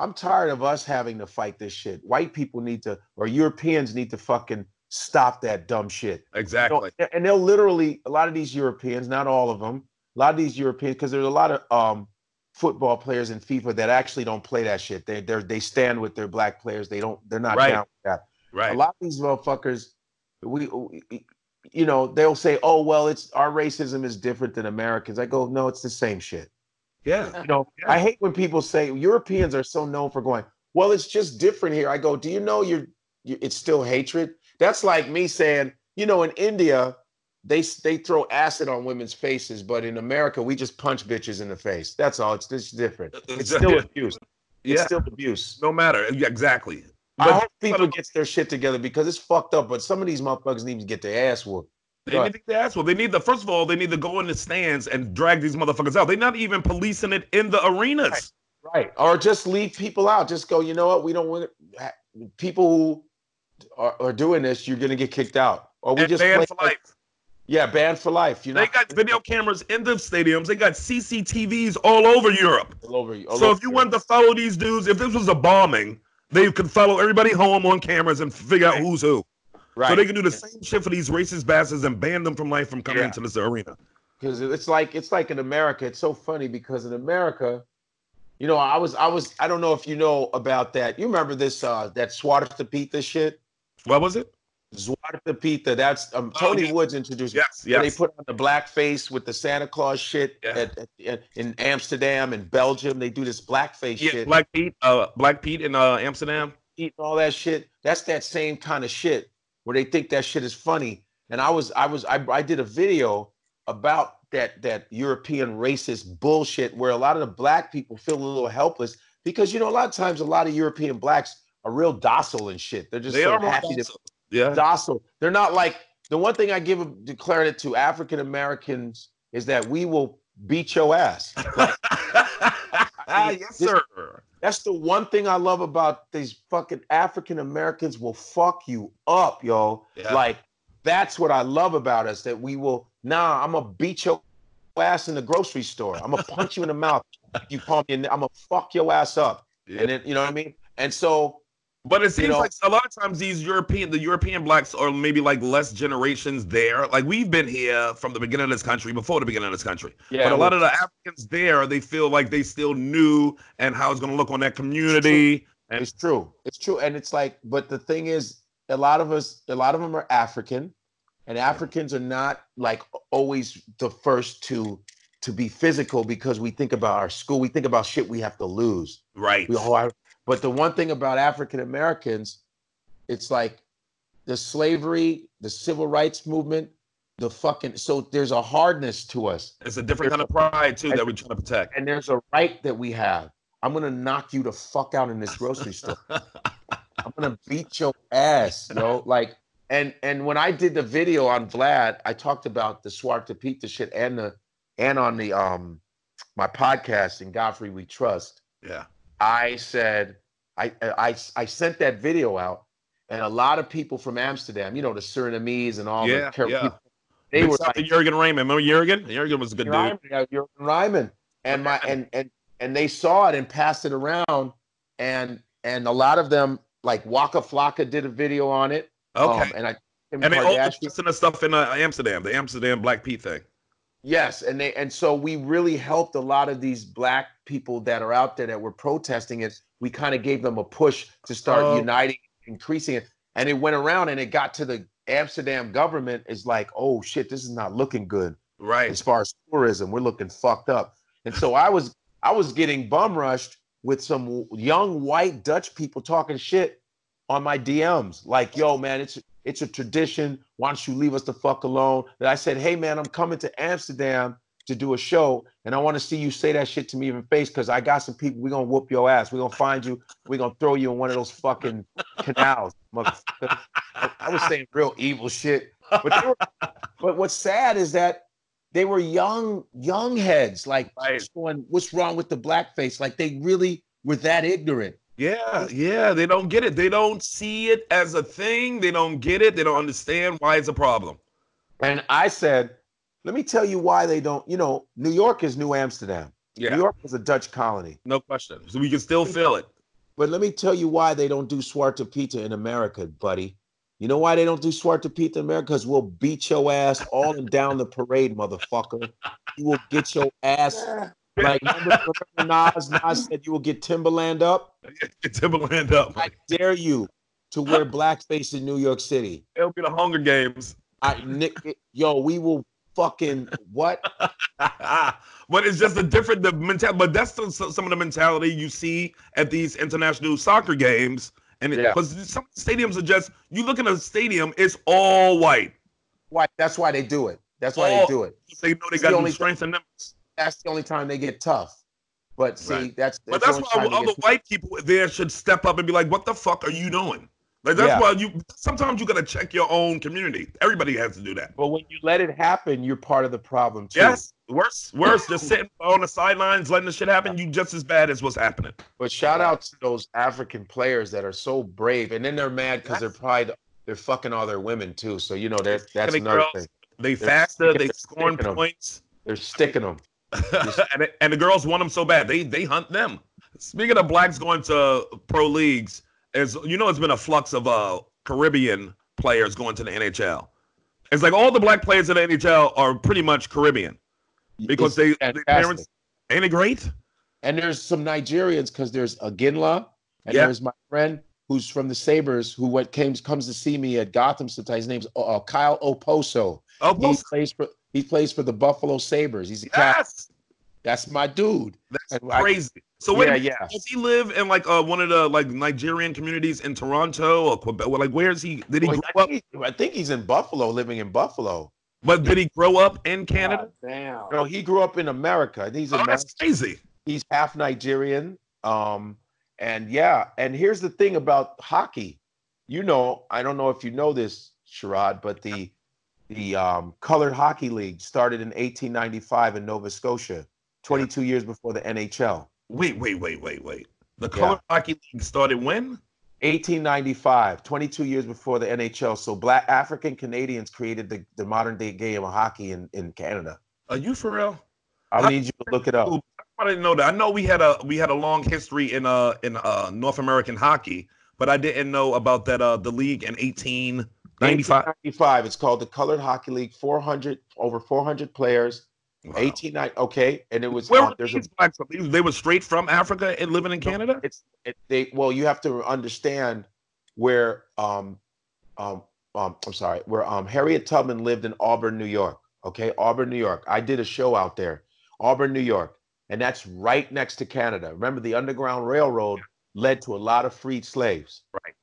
[SPEAKER 3] I'm tired of us having to fight this shit. White people need to, or Europeans need to fucking stop that dumb shit. You know,
[SPEAKER 2] Exactly.
[SPEAKER 3] and they'll literally a lot of these Europeans, not all of them, a lot of these Europeans, because there's a lot of um, football players in FIFA that actually don't play that shit. They they they stand with their black players. They don't. They're not
[SPEAKER 2] Right.
[SPEAKER 3] down with that.
[SPEAKER 2] Right.
[SPEAKER 3] A lot of these motherfuckers, we, we- you know, they'll say, "Oh well, it's our racism is different than Americans." I go, "No, it's the same shit."
[SPEAKER 2] yeah.
[SPEAKER 3] You know,
[SPEAKER 2] Yeah.
[SPEAKER 3] I hate when people say Europeans are so known for going, "Well, it's just different here." I go, "Do you know you're, you it's still hatred?" That's like me saying, you know, in India, they s- they throw acid on women's faces, but in America, we just punch bitches in the face. That's all. It's just different. It's still abuse. It's
[SPEAKER 2] Yeah.
[SPEAKER 3] still abuse.
[SPEAKER 2] No matter. Yeah, Exactly.
[SPEAKER 3] I
[SPEAKER 2] But
[SPEAKER 3] hope people gets their shit together because it's fucked up. But some of these motherfuckers need to get their ass whooped.
[SPEAKER 2] they need to get ass. Well, they need the first of all, they need to go in the stands and drag these motherfuckers out. They're not even policing it in the arenas.
[SPEAKER 3] Right. Or just leave people out. Just go. You know what? We don't want ha- people who are, are doing this. You're gonna get kicked out. Or we
[SPEAKER 2] And
[SPEAKER 3] just
[SPEAKER 2] banned
[SPEAKER 3] play
[SPEAKER 2] for
[SPEAKER 3] like,
[SPEAKER 2] life.
[SPEAKER 3] Yeah, banned for life. You know,
[SPEAKER 2] They got video cameras in the stadiums. They got CCTVs all over Europe.
[SPEAKER 3] all over you. all
[SPEAKER 2] So
[SPEAKER 3] over
[SPEAKER 2] if you wanted to follow these dudes, if this was a bombing, they could follow everybody home on cameras and figure out who's who.
[SPEAKER 3] right?
[SPEAKER 2] So they can do the same shit for these racist bastards and ban them from life from coming
[SPEAKER 4] Yeah.
[SPEAKER 2] into this arena.
[SPEAKER 3] because it's like it's like in America. It's so funny because in America, you know, I was I was I don't know if you know about that. You remember this uh that Swatapita Pita shit?
[SPEAKER 2] What was it?
[SPEAKER 3] Swatapita Pita. That's um,
[SPEAKER 2] Oh,
[SPEAKER 3] Tony
[SPEAKER 2] yeah.
[SPEAKER 3] Woods introduced.
[SPEAKER 2] Yes,
[SPEAKER 3] where
[SPEAKER 2] yes.
[SPEAKER 3] They put on the blackface with the Santa Claus shit
[SPEAKER 2] Yeah.
[SPEAKER 3] at, at- at- in Amsterdam and Belgium. They do this blackface
[SPEAKER 2] yeah,
[SPEAKER 3] shit,
[SPEAKER 2] Black Pete, uh, Black Pete in uh, Amsterdam.
[SPEAKER 3] eating all that shit. That's that same kind of shit where they think that shit is funny. And I was I was I, I did a video about that that European racist bullshit where a lot of the black people feel a little helpless because you know a lot of times a lot of European blacks are real docile and shit. They're just
[SPEAKER 2] they
[SPEAKER 3] so
[SPEAKER 2] are more
[SPEAKER 3] happy to
[SPEAKER 2] docile. Yeah,
[SPEAKER 3] docile. They're not like the one thing I give a declare it to African Americans is that we will beat your ass.
[SPEAKER 2] Ah, yes,
[SPEAKER 3] This-
[SPEAKER 2] sir.
[SPEAKER 3] That's the one thing I love about these fucking African Americans will fuck you up, yo.
[SPEAKER 2] Yeah.
[SPEAKER 3] Like that's what I love about us that we will. Nah, I'm gonna beat your ass in the grocery store. I'm gonna punch you in the mouth. if You call me, and I'm gonna fuck your ass up.
[SPEAKER 2] Yeah.
[SPEAKER 3] And then you know what I mean. And so
[SPEAKER 2] But it seems
[SPEAKER 3] know-
[SPEAKER 2] like a lot of times these European, the European blacks are maybe like less generations there. Like we've been here from the beginning of this country, before the beginning of this country.
[SPEAKER 3] yeah,
[SPEAKER 2] but a lot of the Africans there, they feel like they still knew and how it's going to look on that community. And-
[SPEAKER 3] It's true. It's true. And it's like, but the thing is, a lot of us, a lot of them are African, and Africans are not like always the first to to be physical because we think about our school, we think about shit we have to lose.
[SPEAKER 2] Right.
[SPEAKER 3] We all are- but the one thing about African Americans, it's like the slavery, the civil rights movement, the fucking so there's a hardness to us
[SPEAKER 2] It's a different kind of pride, too, that we're trying to protect.
[SPEAKER 3] and there's a right that we have. I'm gonna knock you the fuck out in this grocery store. I'm gonna beat your ass, yo. Like, and and when I did the video on Vlad, I talked about the Swart to Pete the shit and the and on the um my podcast in Godfrey We Trust.
[SPEAKER 2] Yeah.
[SPEAKER 3] I said I I I sent that video out, and a lot of people from Amsterdam, you know, the Surinamese and all
[SPEAKER 2] Yeah.
[SPEAKER 3] the Car-
[SPEAKER 2] yeah.
[SPEAKER 3] they
[SPEAKER 2] Big
[SPEAKER 3] were
[SPEAKER 2] shout out
[SPEAKER 3] like,
[SPEAKER 2] to Jurgen Raymond. Remember Jurgen? Jurgen was a good dude.
[SPEAKER 3] Ryman, yeah, Jurgen Ryman. And my and and and they saw it and passed it around, and and a lot of them like Waka Flocka did a video on it.
[SPEAKER 2] Okay. oh,
[SPEAKER 3] um, and I Kim
[SPEAKER 2] and they all
[SPEAKER 3] Kardashian.
[SPEAKER 2] discussing the stuff in uh, Amsterdam, the Amsterdam Black Pete thing.
[SPEAKER 3] yes, and they and so we really helped a lot of these black people that are out there that were protesting it. We kind of gave them a push to start
[SPEAKER 2] Oh.
[SPEAKER 3] uniting, increasing it, and it went around and it got to the Amsterdam government is like, oh shit, this is not looking good.
[SPEAKER 2] Right.
[SPEAKER 3] as far as tourism. We're looking fucked up. And so I was I was getting bum rushed with some young white Dutch people talking shit on my DMs. Like, yo, man, it's it's a tradition. Why don't you leave us the fuck alone? And I said, hey man, I'm coming to Amsterdam to do a show, and I want to see you say that shit to me in the face because I got some people. We're gonna whoop your ass. We're gonna find you. We're gonna throw you in one of those fucking canals. motherfucker." I was saying real evil shit. But, they were, but what's sad is that they were young, young heads, like
[SPEAKER 2] Right.
[SPEAKER 3] going, what's wrong with the blackface? Like they really were that ignorant.
[SPEAKER 2] Yeah, yeah. They don't get it. They don't see it as a thing. They don't get it. They don't understand why it's a problem.
[SPEAKER 3] And I said, let me tell you why they don't, you know, New York is New Amsterdam.
[SPEAKER 2] Yeah.
[SPEAKER 3] New York was a Dutch colony.
[SPEAKER 2] No question. So we can still feel it.
[SPEAKER 3] But let me tell you why they don't do Swarte Pita in America, buddy. You know why they don't do Swarte Pita in America? Because we'll beat your ass all and down the parade, motherfucker. You will get your ass Like remember, remember Nas, Nas said you will get Timberland up.
[SPEAKER 2] Timberland up.
[SPEAKER 3] I dare you to wear blackface in New York City.
[SPEAKER 2] It'll be the Hunger Games.
[SPEAKER 3] I Nick, yo, we will fucking what?
[SPEAKER 2] but it's just a different the mentality. But that's the, some of the mentality you see at these international soccer games. And
[SPEAKER 3] Yeah.
[SPEAKER 2] because some stadiums are just you look at a stadium, it's all white.
[SPEAKER 3] Why? That's why they do it. That's why
[SPEAKER 2] Oh.
[SPEAKER 3] they do it.
[SPEAKER 2] They know they
[SPEAKER 3] It's the
[SPEAKER 2] got
[SPEAKER 3] only
[SPEAKER 2] to strengthen them.
[SPEAKER 3] That's the only time they get tough. But see,
[SPEAKER 2] Right.
[SPEAKER 3] that's
[SPEAKER 2] But
[SPEAKER 3] the
[SPEAKER 2] that's
[SPEAKER 3] only
[SPEAKER 2] why
[SPEAKER 3] time they
[SPEAKER 2] other
[SPEAKER 3] get-
[SPEAKER 2] white people there should step up and be like, "What the fuck are you doing?" Like that's
[SPEAKER 3] Yeah.
[SPEAKER 2] why you sometimes you gotta check your own community. Everybody has to do that.
[SPEAKER 3] But when you let it happen, you're part of the problem too.
[SPEAKER 2] Yes, worse, worse. just sitting on the sidelines, letting the shit happen. You just as bad as what's happening.
[SPEAKER 3] But shout out to those African players that are so brave, and then they're mad because they're probably they're fucking all their women too. So you know that
[SPEAKER 2] Kinda
[SPEAKER 3] that's another
[SPEAKER 2] girls.
[SPEAKER 3] thing.
[SPEAKER 2] They
[SPEAKER 3] They're
[SPEAKER 2] faster. They
[SPEAKER 3] sticking-
[SPEAKER 2] scoring
[SPEAKER 3] sticking 'em.
[SPEAKER 2] points,
[SPEAKER 3] They're sticking them.
[SPEAKER 2] and, and the girls want them so bad. They they hunt them. Speaking of blacks going to pro leagues, as you know, it's been a flux of uh Caribbean players going to the NHL. It's like all the black players in the NHL are pretty much Caribbean because they their parents ain't it great?
[SPEAKER 3] And there's some Nigerians because there's Aginla, and
[SPEAKER 2] Yeah.
[SPEAKER 3] there's my friend who's from the Sabers who what came comes to see me at Gotham sometimes. His name's uh, Kyle Oposo.
[SPEAKER 2] Oh,
[SPEAKER 3] He plays for he plays for the Buffalo Sabers. He's a cat.
[SPEAKER 2] yes,
[SPEAKER 3] That's my dude.
[SPEAKER 2] that's
[SPEAKER 3] And I-
[SPEAKER 2] crazy. So wait, a
[SPEAKER 3] yeah,
[SPEAKER 2] minute,
[SPEAKER 3] yeah.
[SPEAKER 2] does he live in like uh, one of the like Nigerian communities in Toronto or Quebec? Well, Like, where is he? Did he
[SPEAKER 3] Well,
[SPEAKER 2] grow
[SPEAKER 3] I,
[SPEAKER 2] up?
[SPEAKER 3] think, I think he's in Buffalo, living in Buffalo.
[SPEAKER 2] But did he grow up in Canada?
[SPEAKER 4] damn.
[SPEAKER 3] No, he grew up in America. He's
[SPEAKER 2] Oh,
[SPEAKER 3] American.
[SPEAKER 2] that's crazy.
[SPEAKER 3] he's half Nigerian. Um, and yeah, and here's the thing about hockey. You know, I don't know if you know this, Sherrod, but the the um, Colored Hockey League started in 1895 in Nova Scotia, 22 years before the NHL.
[SPEAKER 2] Wait, wait, wait, wait, wait. The
[SPEAKER 3] Yeah.
[SPEAKER 2] Color Hockey League started when?
[SPEAKER 3] 1895, 22 years before the NHL. So black African Canadians created the, the modern day game of hockey in, in Canada.
[SPEAKER 2] Are you for real?
[SPEAKER 3] I need you to look it up.
[SPEAKER 2] I didn't know that. I know we had a we had a long history in uh in uh North American hockey, but I didn't know about that uh the league in 1895.
[SPEAKER 3] 95. It's called the Colored Hockey League. 400 over 400 players.
[SPEAKER 2] Wow.
[SPEAKER 3] 1890 okay and it was
[SPEAKER 2] Where
[SPEAKER 3] uh,
[SPEAKER 2] were
[SPEAKER 3] there's
[SPEAKER 2] these
[SPEAKER 3] a,
[SPEAKER 2] blacks? from? These- They were straight from Africa and living in Canada.
[SPEAKER 3] it's it, they well you have to understand where um um um i'm sorry where um harriet tubman lived in auburn new york okay auburn new york i did a show out there auburn new york and that's right next to canada remember the underground railroad led to a lot of freed slaves
[SPEAKER 2] Right.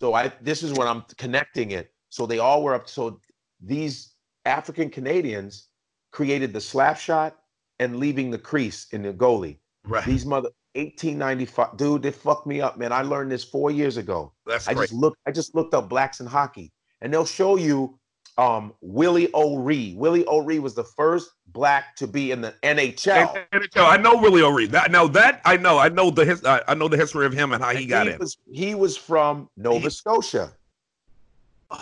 [SPEAKER 3] so i this is what i'm connecting it so they all were up so these african canadians created the slap shot and leaving the crease in the goalie
[SPEAKER 2] Right.
[SPEAKER 3] these mother 1895, dude, they fucked me up, man. I learned this four years ago.
[SPEAKER 2] That's
[SPEAKER 3] I
[SPEAKER 2] great.
[SPEAKER 3] just look, I just looked up blacks in hockey, and they'll show you um, Willie O'Ree. Willie O'Ree was the first black to be in the NHL.
[SPEAKER 2] And- and it- yo, I know Willie O'Ree. That now that I know, I know the his, I, I know the history of him and how he got in.
[SPEAKER 3] was he was from Nova
[SPEAKER 2] He-
[SPEAKER 3] Scotia.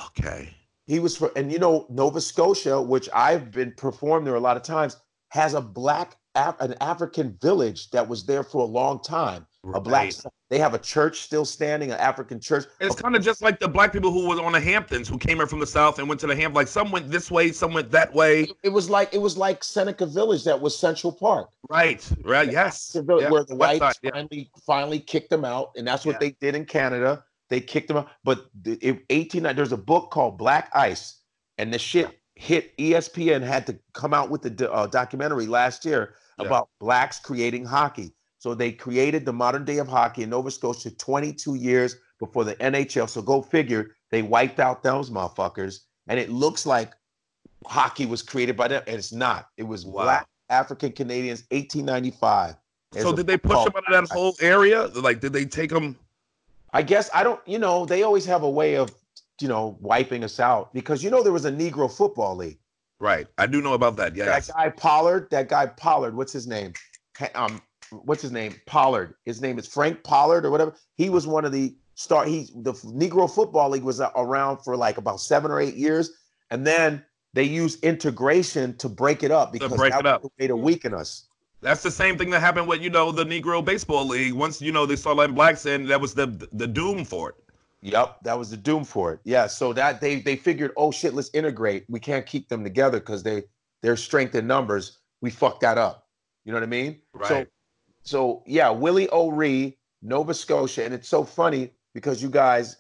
[SPEAKER 2] Okay.
[SPEAKER 3] He was from, and you know, Nova Scotia, which I've been performed there a lot of times, has a black Af- an African village that was there for a long time. A black,
[SPEAKER 2] Right.
[SPEAKER 3] they have a church still standing, an African church.
[SPEAKER 2] It's kind of just like the black people who was on the Hamptons who came in from the south and went to the Ham. Like some went this way, some went that way.
[SPEAKER 3] it was like it was like Seneca Village that was Central Park,
[SPEAKER 2] Right. Right. Yes.
[SPEAKER 3] the vill-
[SPEAKER 2] Yeah.
[SPEAKER 3] where the
[SPEAKER 2] West
[SPEAKER 3] whites
[SPEAKER 2] side, yeah.
[SPEAKER 3] finally finally kicked them out, and that's what
[SPEAKER 2] Yeah.
[SPEAKER 3] they did in Canada. They kicked them out, but the- it, eighteen there's a book called Black Ice, and the shit hit E ESPN had to come out with the do- uh, documentary last year
[SPEAKER 2] Yeah.
[SPEAKER 3] about blacks creating hockey. So they created the modern day of hockey in Nova Scotia 22 years before the NHL. So go figure, they wiped out those motherfuckers, and it looks like hockey was created by them, and it's not. It was
[SPEAKER 2] Wow.
[SPEAKER 3] black African Canadians, 1895. There's
[SPEAKER 2] So
[SPEAKER 3] a-
[SPEAKER 2] did they push
[SPEAKER 3] called
[SPEAKER 2] him out of that whole area? Like, did they take him?
[SPEAKER 3] I guess I don't. You know, they always have a way of, you know, wiping us out because you know there was a Negro football league.
[SPEAKER 2] Right. I do know about that. Yes.
[SPEAKER 3] That guy Pollard. That guy Pollard. What's his name? Ca- Um, what's his name? Pollard. His name is Frank Pollard or whatever. He was one of the star. He the Negro football league was a- around for like about seven or eight years, and then they used integration to break it up because
[SPEAKER 2] break
[SPEAKER 3] that
[SPEAKER 2] it
[SPEAKER 3] was
[SPEAKER 2] up.
[SPEAKER 3] the way to weaken us.
[SPEAKER 2] That's the same thing that happened with you know the Negro Baseball League. Once you know they started letting blacks in, that was the the doom for it.
[SPEAKER 3] Yep, that was the doom for it. Yeah, so that they they figured, oh shit, let's integrate. We can't keep them together because they their strength in numbers. We fucked that up. You know what I mean? So,
[SPEAKER 2] Right.
[SPEAKER 3] so yeah, Willie O'Ree, Nova Scotia, and it's so funny because you guys,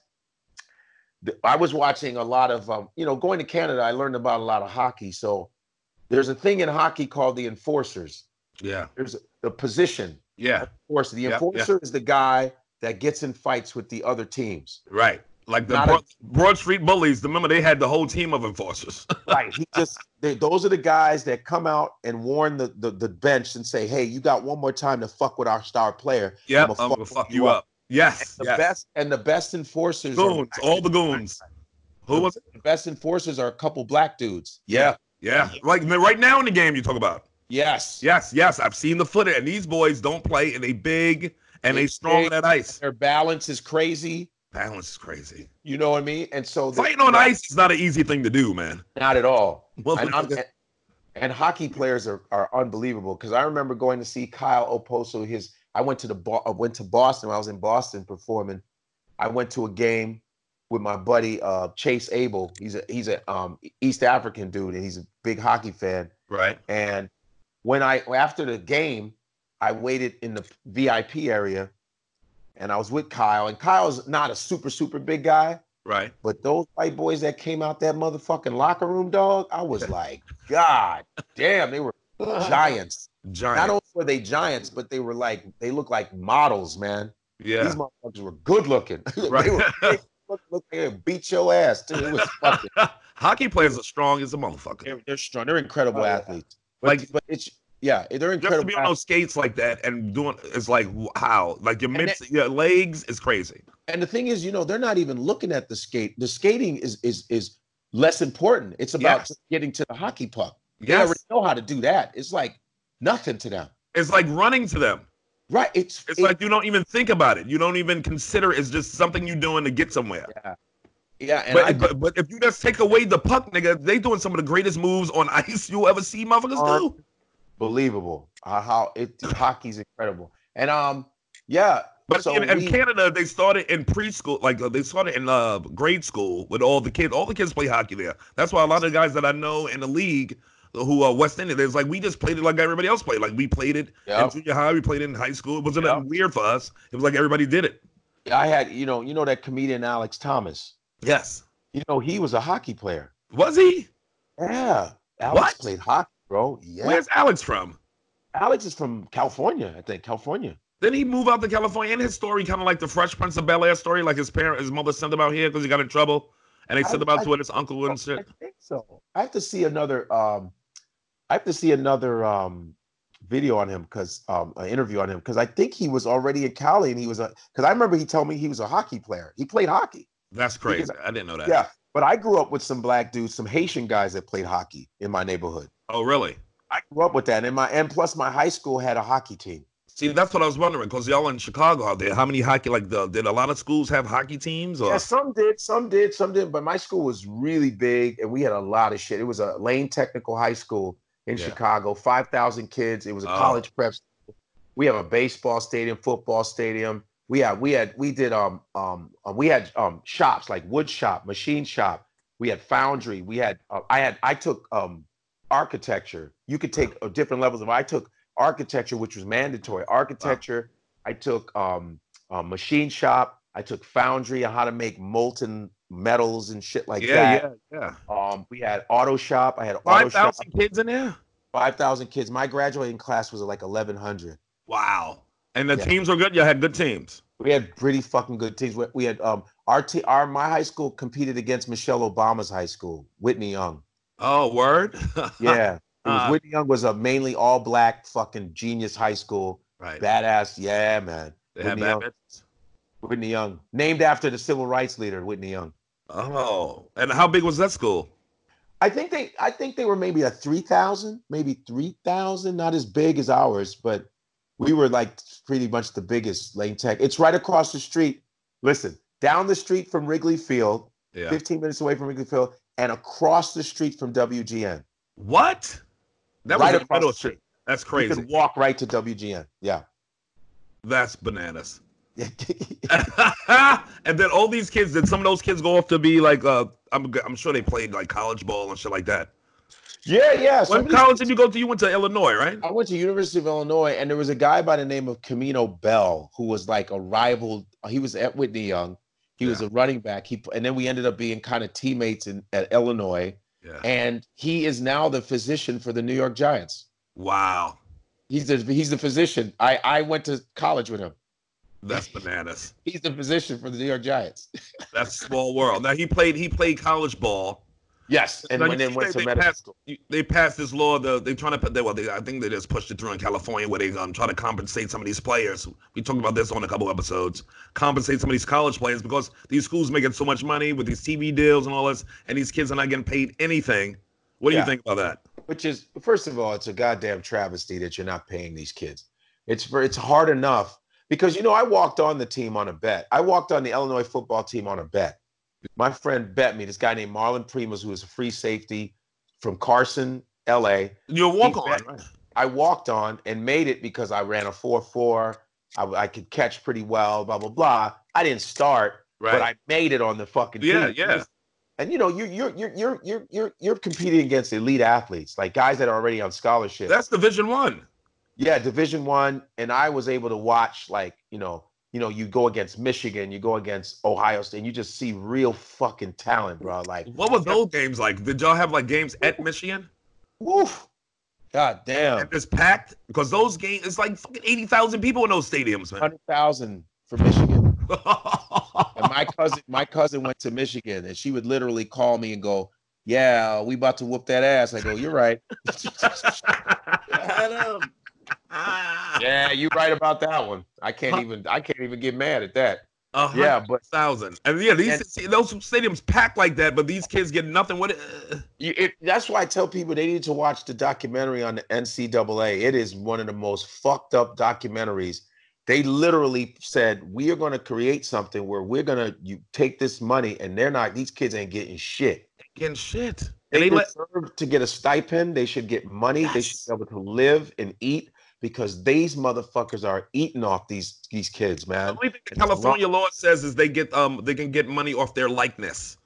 [SPEAKER 3] th- I was watching a lot of um, you know, going to Canada, I learned about a lot of hockey. So there's a thing in hockey called the enforcers.
[SPEAKER 2] Yeah.
[SPEAKER 3] There's the position
[SPEAKER 2] Yeah.
[SPEAKER 3] enforcer. The
[SPEAKER 2] Yep, yeah.
[SPEAKER 3] enforcer is the guy that gets in fights with the other teams.
[SPEAKER 2] Right. Like the
[SPEAKER 3] Not a-
[SPEAKER 2] Broad, Broad Street Bullies. Remember they had the whole team of enforcers.
[SPEAKER 3] Right. He just they, those are the guys that come out and warn the, the the bench and say, "Hey, you got one more time to fuck with our star player."
[SPEAKER 2] yep.
[SPEAKER 3] I'ma
[SPEAKER 2] I'm gonna fuck you up. Yes.
[SPEAKER 3] The
[SPEAKER 2] yes.
[SPEAKER 3] best and the best enforcers. are-
[SPEAKER 2] goons. All the goons. Who was it?
[SPEAKER 3] The best enforcers are a couple black dudes.
[SPEAKER 2] Yeah. Yeah. Like right now in the game you talk about.
[SPEAKER 3] Yes.
[SPEAKER 2] Yes. Yes. I've seen the footage, and these boys don't play, and they big and they
[SPEAKER 3] They
[SPEAKER 2] strong
[SPEAKER 3] big.
[SPEAKER 2] on that ice.
[SPEAKER 3] Their balance is crazy.
[SPEAKER 2] Balance is crazy.
[SPEAKER 3] You know what I mean? And so the-
[SPEAKER 2] Fighting on ice is not an easy thing to do, man.
[SPEAKER 3] not at all.
[SPEAKER 2] Well,
[SPEAKER 3] and, I'm- and, and hockey players are, are unbelievable because I remember going to see Kyle Oposo. His I went to the Bo- I went to Boston. When I was in Boston performing. I went to a game with my buddy uh, Chase Abel. He's a he's a um, East African dude and he's a big hockey fan.
[SPEAKER 2] right?
[SPEAKER 3] And when I after the game, I waited in the VIP area, and I was with Kyle. And Kyle's not a super super big guy,
[SPEAKER 2] Right.
[SPEAKER 3] but those white boys that came out that motherfucking locker room, dog, I was like, God damn, they were giants.
[SPEAKER 2] Giant.
[SPEAKER 3] Not only were they giants, but they were like they look like models, man.
[SPEAKER 2] yeah.
[SPEAKER 3] These motherfuckers were good looking.
[SPEAKER 2] Right.
[SPEAKER 3] they were big, look, look, they beat your ass too. It was fucking.
[SPEAKER 2] Hockey players are strong as a motherfucker.
[SPEAKER 3] They're, they're strong. They're incredible
[SPEAKER 4] Oh, yeah.
[SPEAKER 3] athletes. But,
[SPEAKER 2] Like-
[SPEAKER 3] but it's yeah, they're
[SPEAKER 2] Just
[SPEAKER 3] incredible.
[SPEAKER 2] to be on those skates like that and doing it's like how like your
[SPEAKER 3] And
[SPEAKER 2] mid your legs is crazy.
[SPEAKER 3] and the thing is, you know, they're not even looking at the skate. The skating is is is less important. It's about
[SPEAKER 2] Yes.
[SPEAKER 3] just getting to the hockey puck. They
[SPEAKER 2] Yes,
[SPEAKER 3] already know how to do that. It's like nothing to them,
[SPEAKER 2] it's like running to them.
[SPEAKER 3] right? It's
[SPEAKER 2] It's
[SPEAKER 3] it-
[SPEAKER 2] like you don't even think about it. You don't even consider it's just something you doing to get somewhere.
[SPEAKER 3] yeah, and
[SPEAKER 2] But,
[SPEAKER 3] I,
[SPEAKER 2] but but if you just take away the puck, nigga, they doing some of the greatest moves on ice you'll ever see motherfuckers do.
[SPEAKER 3] believable how, how it hockey's incredible. And um, yeah,
[SPEAKER 2] But
[SPEAKER 3] so
[SPEAKER 2] in, in
[SPEAKER 3] we-
[SPEAKER 2] Canada, they started in preschool, like uh, they started in uh, grade school with all the kids. All the kids play hockey there. That's why a lot of the guys that I know in the league who are West Indians, like we just played it like everybody else played. Like we played it
[SPEAKER 3] yeah,
[SPEAKER 2] in junior high, we played it in high school. It wasn't
[SPEAKER 3] Yeah.
[SPEAKER 2] nothing weird for us. It was like everybody did it.
[SPEAKER 3] I had you know you know that comedian Alex Thomas.
[SPEAKER 2] Yes.
[SPEAKER 3] You know he was a hockey player.
[SPEAKER 2] Was he?
[SPEAKER 3] Yeah, Alex
[SPEAKER 2] What?
[SPEAKER 3] played hockey, bro. Yeah,
[SPEAKER 2] Where's Alex from?
[SPEAKER 3] Alex is from California, I think. California.
[SPEAKER 2] Then he moved out to California, and his story kind of like the Fresh Prince of Bel Air story. Like his parent, his mother sent him out here because he got in trouble, and they sent him out to his uncle and
[SPEAKER 3] I
[SPEAKER 2] shit.
[SPEAKER 3] think so. I have to see another. Um, I have to see another um, video on him because um, an interview on him because I think he was already in Cali and he was a because I remember he told me he was a hockey player. He played hockey.
[SPEAKER 2] That's crazy. I didn't know that.
[SPEAKER 3] Yeah, but I grew up with some black dudes, some Haitian guys that played hockey in my neighborhood.
[SPEAKER 2] Oh, really?
[SPEAKER 3] I grew up with that, and my and plus my high school had a hockey team.
[SPEAKER 2] See, that's what I was wondering because y'all in Chicago out there, how many hockey? Like, the, did a lot of schools have hockey teams? Or
[SPEAKER 3] Yeah, some did, some did, some didn't. But my school was really big, and we had a lot of shit. It was a Lane Technical High School in
[SPEAKER 2] Yeah.
[SPEAKER 3] Chicago, five thousand kids. It was a
[SPEAKER 2] Oh.
[SPEAKER 3] college prep. School. We have a baseball stadium, football stadium. We had, we had, we did um um uh, we had um shops like wood shop, machine shop. We had foundry. We had uh, I had I took um architecture. You could take uh, different levels of. I took architecture, which was mandatory. Architecture. I took um uh, machine shop. I took foundry on how to make molten metals and shit like
[SPEAKER 2] yeah,
[SPEAKER 3] that.
[SPEAKER 2] yeah, yeah.
[SPEAKER 3] Um, we had auto shop. I had auto
[SPEAKER 2] Five
[SPEAKER 3] shop.
[SPEAKER 2] thousand kids in there.
[SPEAKER 3] Five thousand kids. My graduating class was like eleven hundred.
[SPEAKER 2] Wow. And the
[SPEAKER 3] Yeah.
[SPEAKER 2] teams were good. Y'all had good teams.
[SPEAKER 3] We had pretty fucking good teams. We- We had um our te- our my high school competed against Michelle Obama's high school, Whitney Young.
[SPEAKER 2] Oh, word.
[SPEAKER 3] Yeah, it was,
[SPEAKER 2] Uh.
[SPEAKER 3] Whitney Young was a mainly all black fucking genius high school,
[SPEAKER 2] right.
[SPEAKER 3] badass. Yeah, man,
[SPEAKER 2] they had
[SPEAKER 3] Whitney
[SPEAKER 2] bad
[SPEAKER 3] Young.
[SPEAKER 2] bitches.
[SPEAKER 3] Whitney Young, named after the civil rights leader, Whitney Young.
[SPEAKER 2] Oh, and how big was that school?
[SPEAKER 3] I think they I think they were maybe a 3,000, maybe 3,000, not as big as ours, but we were like pretty much the biggest Lane Tech. It's right across the street. Listen, down the street from Wrigley Field,
[SPEAKER 2] Yeah.
[SPEAKER 3] 15 minutes away from Wrigley Field, and across the street from WGN.
[SPEAKER 2] What? That
[SPEAKER 3] right
[SPEAKER 2] was in the
[SPEAKER 3] across
[SPEAKER 2] middle
[SPEAKER 3] the
[SPEAKER 2] of shit.
[SPEAKER 3] street.
[SPEAKER 2] That's
[SPEAKER 3] You
[SPEAKER 2] crazy.
[SPEAKER 3] could walk right to WGN. Yeah.
[SPEAKER 2] That's bananas.
[SPEAKER 3] yeah,
[SPEAKER 2] and then all these kids, did some of those kids go off to be like, uh, I'm, I'm sure they played like college ball and shit like that.
[SPEAKER 3] yeah. some of
[SPEAKER 2] What
[SPEAKER 3] these-
[SPEAKER 2] college did you go to? You went to Illinois, right?
[SPEAKER 3] I went to University of Illinois, and there was a guy by the name of Camino Bell who was like a rival. He was at Whitney Young. He was a running back. He and then we ended up being kind of teammates in at Illinois.
[SPEAKER 2] Yeah.
[SPEAKER 3] And he is now the physician for the New York Giants.
[SPEAKER 2] Wow.
[SPEAKER 3] He's the he's the physician. I I went to college with him.
[SPEAKER 2] That's bananas.
[SPEAKER 3] He's the physician for the New York Giants.
[SPEAKER 2] That's small world. Now he played he played college ball.
[SPEAKER 3] Yes, and
[SPEAKER 2] Now,
[SPEAKER 3] when
[SPEAKER 2] you
[SPEAKER 3] then went
[SPEAKER 2] say
[SPEAKER 3] to
[SPEAKER 2] they
[SPEAKER 3] medical
[SPEAKER 2] passed-
[SPEAKER 3] school.
[SPEAKER 2] You- They passed this law. The, they trying to put. They, well, they, I think they just pushed it through in California where they um try to compensate some of these players. We talked about this on a couple episodes. Compensate some of these college players because these schools making so much money with these TV deals and all this, and these kids are not getting paid anything. What do you
[SPEAKER 3] Yeah.
[SPEAKER 2] think about that?
[SPEAKER 3] which is first of all it's a goddamn travesty that you're not paying these kids it's for it's hard enough because you know I walked on the team on a bet. I walked on the Illinois football team on a bet. My friend bet me this guy named Marlon Primus, who was a free safety from Carson, L.A.
[SPEAKER 2] You're a walk
[SPEAKER 3] He
[SPEAKER 2] on.
[SPEAKER 3] bet- I walked on and made it because I ran a four four. I, I could catch pretty well. Blah blah blah. I didn't start, but I made it on the fucking
[SPEAKER 2] Yeah,
[SPEAKER 3] team.
[SPEAKER 2] yeah.
[SPEAKER 3] And you know, you're you're you're you're you're you're you're competing against elite athletes, like guys that are already on scholarship.
[SPEAKER 2] That's Division One.
[SPEAKER 3] yeah, Division One. And I was able to watch, like you know, you know, you go against Michigan, you go against Ohio State, and you just see real fucking talent, bro. Like,
[SPEAKER 2] What were those games like? Did y'all have like games at Michigan?
[SPEAKER 3] woof, god damn,
[SPEAKER 2] And it's packed because those games, it's like fucking eighty thousand people in those stadiums, man.
[SPEAKER 3] hundred thousand for Michigan. And my cousin, my cousin went to Michigan, and she would literally call me and go, "Yeah, we about to whoop that ass." I go, "You're right. yeah, you're right about that one. I can't even, I can't even get mad at that.
[SPEAKER 2] yeah,
[SPEAKER 3] Yeah, but
[SPEAKER 2] thousand. And yeah, these
[SPEAKER 3] And-
[SPEAKER 2] see, those stadiums packed like that, but these kids get nothing. What? Uh,
[SPEAKER 3] you, it, that's why I tell people they need to watch the documentary on the NCAA. It is one of the most fucked up documentaries. They literally said we are going to create something where we're going to you take this money, and they're not. These kids ain't getting shit.
[SPEAKER 2] getting shit. And
[SPEAKER 3] they
[SPEAKER 2] they let
[SPEAKER 3] deserve to get a stipend. They should get money. They should be able to live and eat because these motherfuckers are eating off these these kids,
[SPEAKER 2] the
[SPEAKER 3] man.
[SPEAKER 2] only thing the California law says is they get um they can get money off their likeness.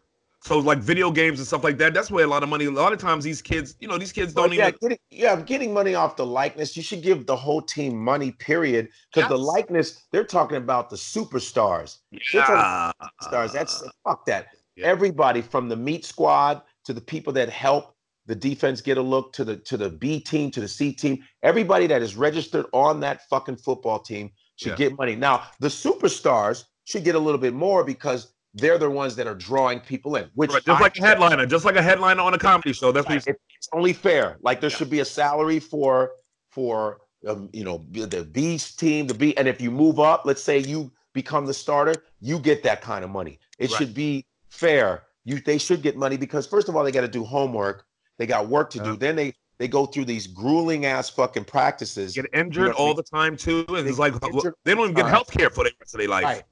[SPEAKER 2] So like video games and stuff like that. That's where a lot of money. A lot of times these kids, you know, these kids don't
[SPEAKER 3] Well, yeah,
[SPEAKER 2] even.
[SPEAKER 3] getting, yeah, I'm getting money off the likeness. You should give the whole team money, period. Because the
[SPEAKER 2] Yes.
[SPEAKER 3] likeness, they're talking about the superstars. They're talking
[SPEAKER 2] Ah.
[SPEAKER 3] stars. That's fuck that.
[SPEAKER 2] Yeah.
[SPEAKER 3] Everybody from the meat squad to the people that help the defense get a look to the to the B team to the C team. Everybody that is registered on that fucking football team should
[SPEAKER 2] Yeah.
[SPEAKER 3] get money. Now the superstars should get a little bit more because they're the ones that are drawing people in, which
[SPEAKER 2] Right, just
[SPEAKER 3] I-
[SPEAKER 2] like a headliner, just like a headliner on a comedy show. That's what you
[SPEAKER 3] Right. It- it's only fair. Like there
[SPEAKER 2] Yeah.
[SPEAKER 3] should be a salary for for um, you know b- the B's team, the B, and if you move up, let's say you become the starter, you get that kind of money. It
[SPEAKER 2] Right.
[SPEAKER 3] should be fair. You they should get money because first of all, they got to do homework. They got work to
[SPEAKER 2] Yeah.
[SPEAKER 3] do. Then they they go through these grueling ass fucking practices.
[SPEAKER 2] get injured all the time too, and it's like
[SPEAKER 3] They get injured
[SPEAKER 2] they don't even get
[SPEAKER 3] all
[SPEAKER 2] health care for the rest of their life.
[SPEAKER 3] Right.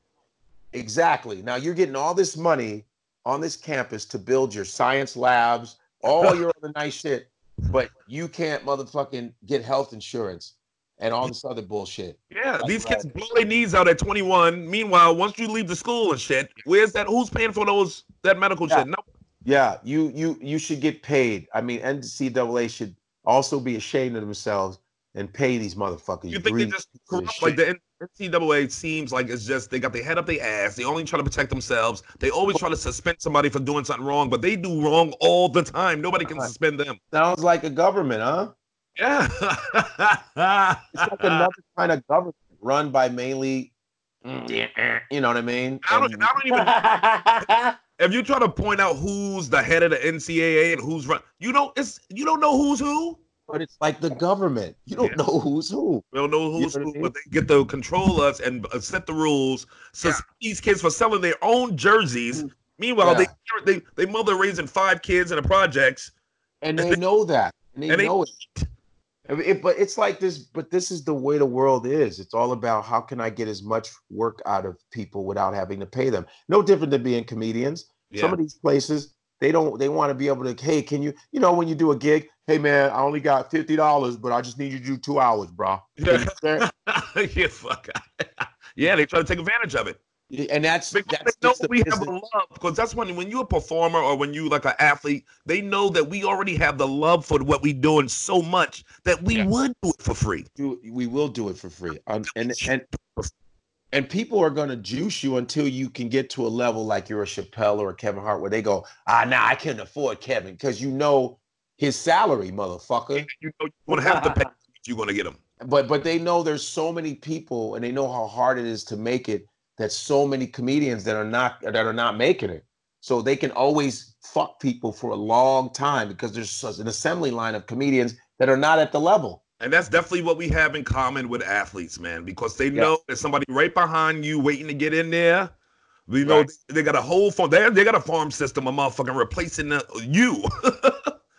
[SPEAKER 3] Exactly. Now you're getting all this money on this campus to build your science labs, all your other nice shit, but you can't motherfucking get health insurance and all this other bullshit.
[SPEAKER 2] Yeah,
[SPEAKER 3] Right,
[SPEAKER 2] these
[SPEAKER 3] right.
[SPEAKER 2] kids blow their knees out at 21. Meanwhile, once you leave the school and shit, where's that? Who's paying for those that medical
[SPEAKER 3] Yeah.
[SPEAKER 2] shit? No,
[SPEAKER 3] Yeah, you you you should get paid. I mean, NCAA should also be ashamed of themselves and pay these motherfuckers.
[SPEAKER 2] you think they
[SPEAKER 3] greedy
[SPEAKER 2] just
[SPEAKER 3] pieces of
[SPEAKER 2] corrupt? Like
[SPEAKER 3] shit.
[SPEAKER 2] the NCAA seems like it's just they got their head up their ass. They only try to protect themselves. They always try to suspend somebody for doing something wrong, but they do wrong all the time. Nobody can
[SPEAKER 3] Right.
[SPEAKER 2] suspend them.
[SPEAKER 3] sounds like a government, huh?
[SPEAKER 2] Yeah,
[SPEAKER 3] It's like another kind of government run by mainly, Mm. you know what I mean?
[SPEAKER 2] I don't,
[SPEAKER 3] And-
[SPEAKER 2] I don't even if you try to point out who's the head of the NCAA and who's run, you don't it's you don't know who's who.
[SPEAKER 3] but it's like the government. You don't
[SPEAKER 2] Yeah.
[SPEAKER 3] know who's who.
[SPEAKER 2] We don't know
[SPEAKER 3] You
[SPEAKER 2] who's
[SPEAKER 3] know what I
[SPEAKER 2] who,
[SPEAKER 3] mean?
[SPEAKER 2] but they get to control us and uh, set the rules. So these kids for selling their own jerseys.
[SPEAKER 3] Mm.
[SPEAKER 2] Meanwhile, they they they mother raising five kids in the projects.
[SPEAKER 3] and they know that and they
[SPEAKER 2] And they-
[SPEAKER 3] know it. I mean, it- but it's like this but this is the way the world is it's all about how can i get as much work out of people without having to pay them no different than being comedians some of these places they don't they want to be able to hey can you you know when you do a gig hey man i only got $50 but i just need you to do two hours bro
[SPEAKER 2] Yeah.
[SPEAKER 3] and
[SPEAKER 2] yeah, fuck. yeah, they try to take advantage of it.
[SPEAKER 3] that's
[SPEAKER 2] Because
[SPEAKER 3] that's
[SPEAKER 2] they know
[SPEAKER 3] just the
[SPEAKER 2] we have
[SPEAKER 3] business.
[SPEAKER 2] a love. Because that's when when you're a performer or when you like an athlete, they know that we already have the love for what we doing so much that we
[SPEAKER 3] Yeah.
[SPEAKER 2] would do it for free.
[SPEAKER 3] do we will do it for free. Um, and and and people are gonna juice you until you can get to a level like you're a Chappelle or a Kevin Hart where they go, ah, nah, I couldn't afford Kevin because you know his salary, motherfucker.
[SPEAKER 2] You know you're gonna have to pay. if You're gonna get them.
[SPEAKER 3] But but they know there's so many people and they know how hard it is to make it. That so many comedians that are not that are not making it, so they can always fuck people for a long time because there's such an assembly line of comedians that are not at the level.
[SPEAKER 2] And that's definitely what we have in common with athletes, man, because they
[SPEAKER 3] Yeah.
[SPEAKER 2] know there's somebody right behind you waiting to get in there. You know,
[SPEAKER 3] Right.
[SPEAKER 2] they, got a whole farm. They, they got a farm system of motherfucking replacing the, you.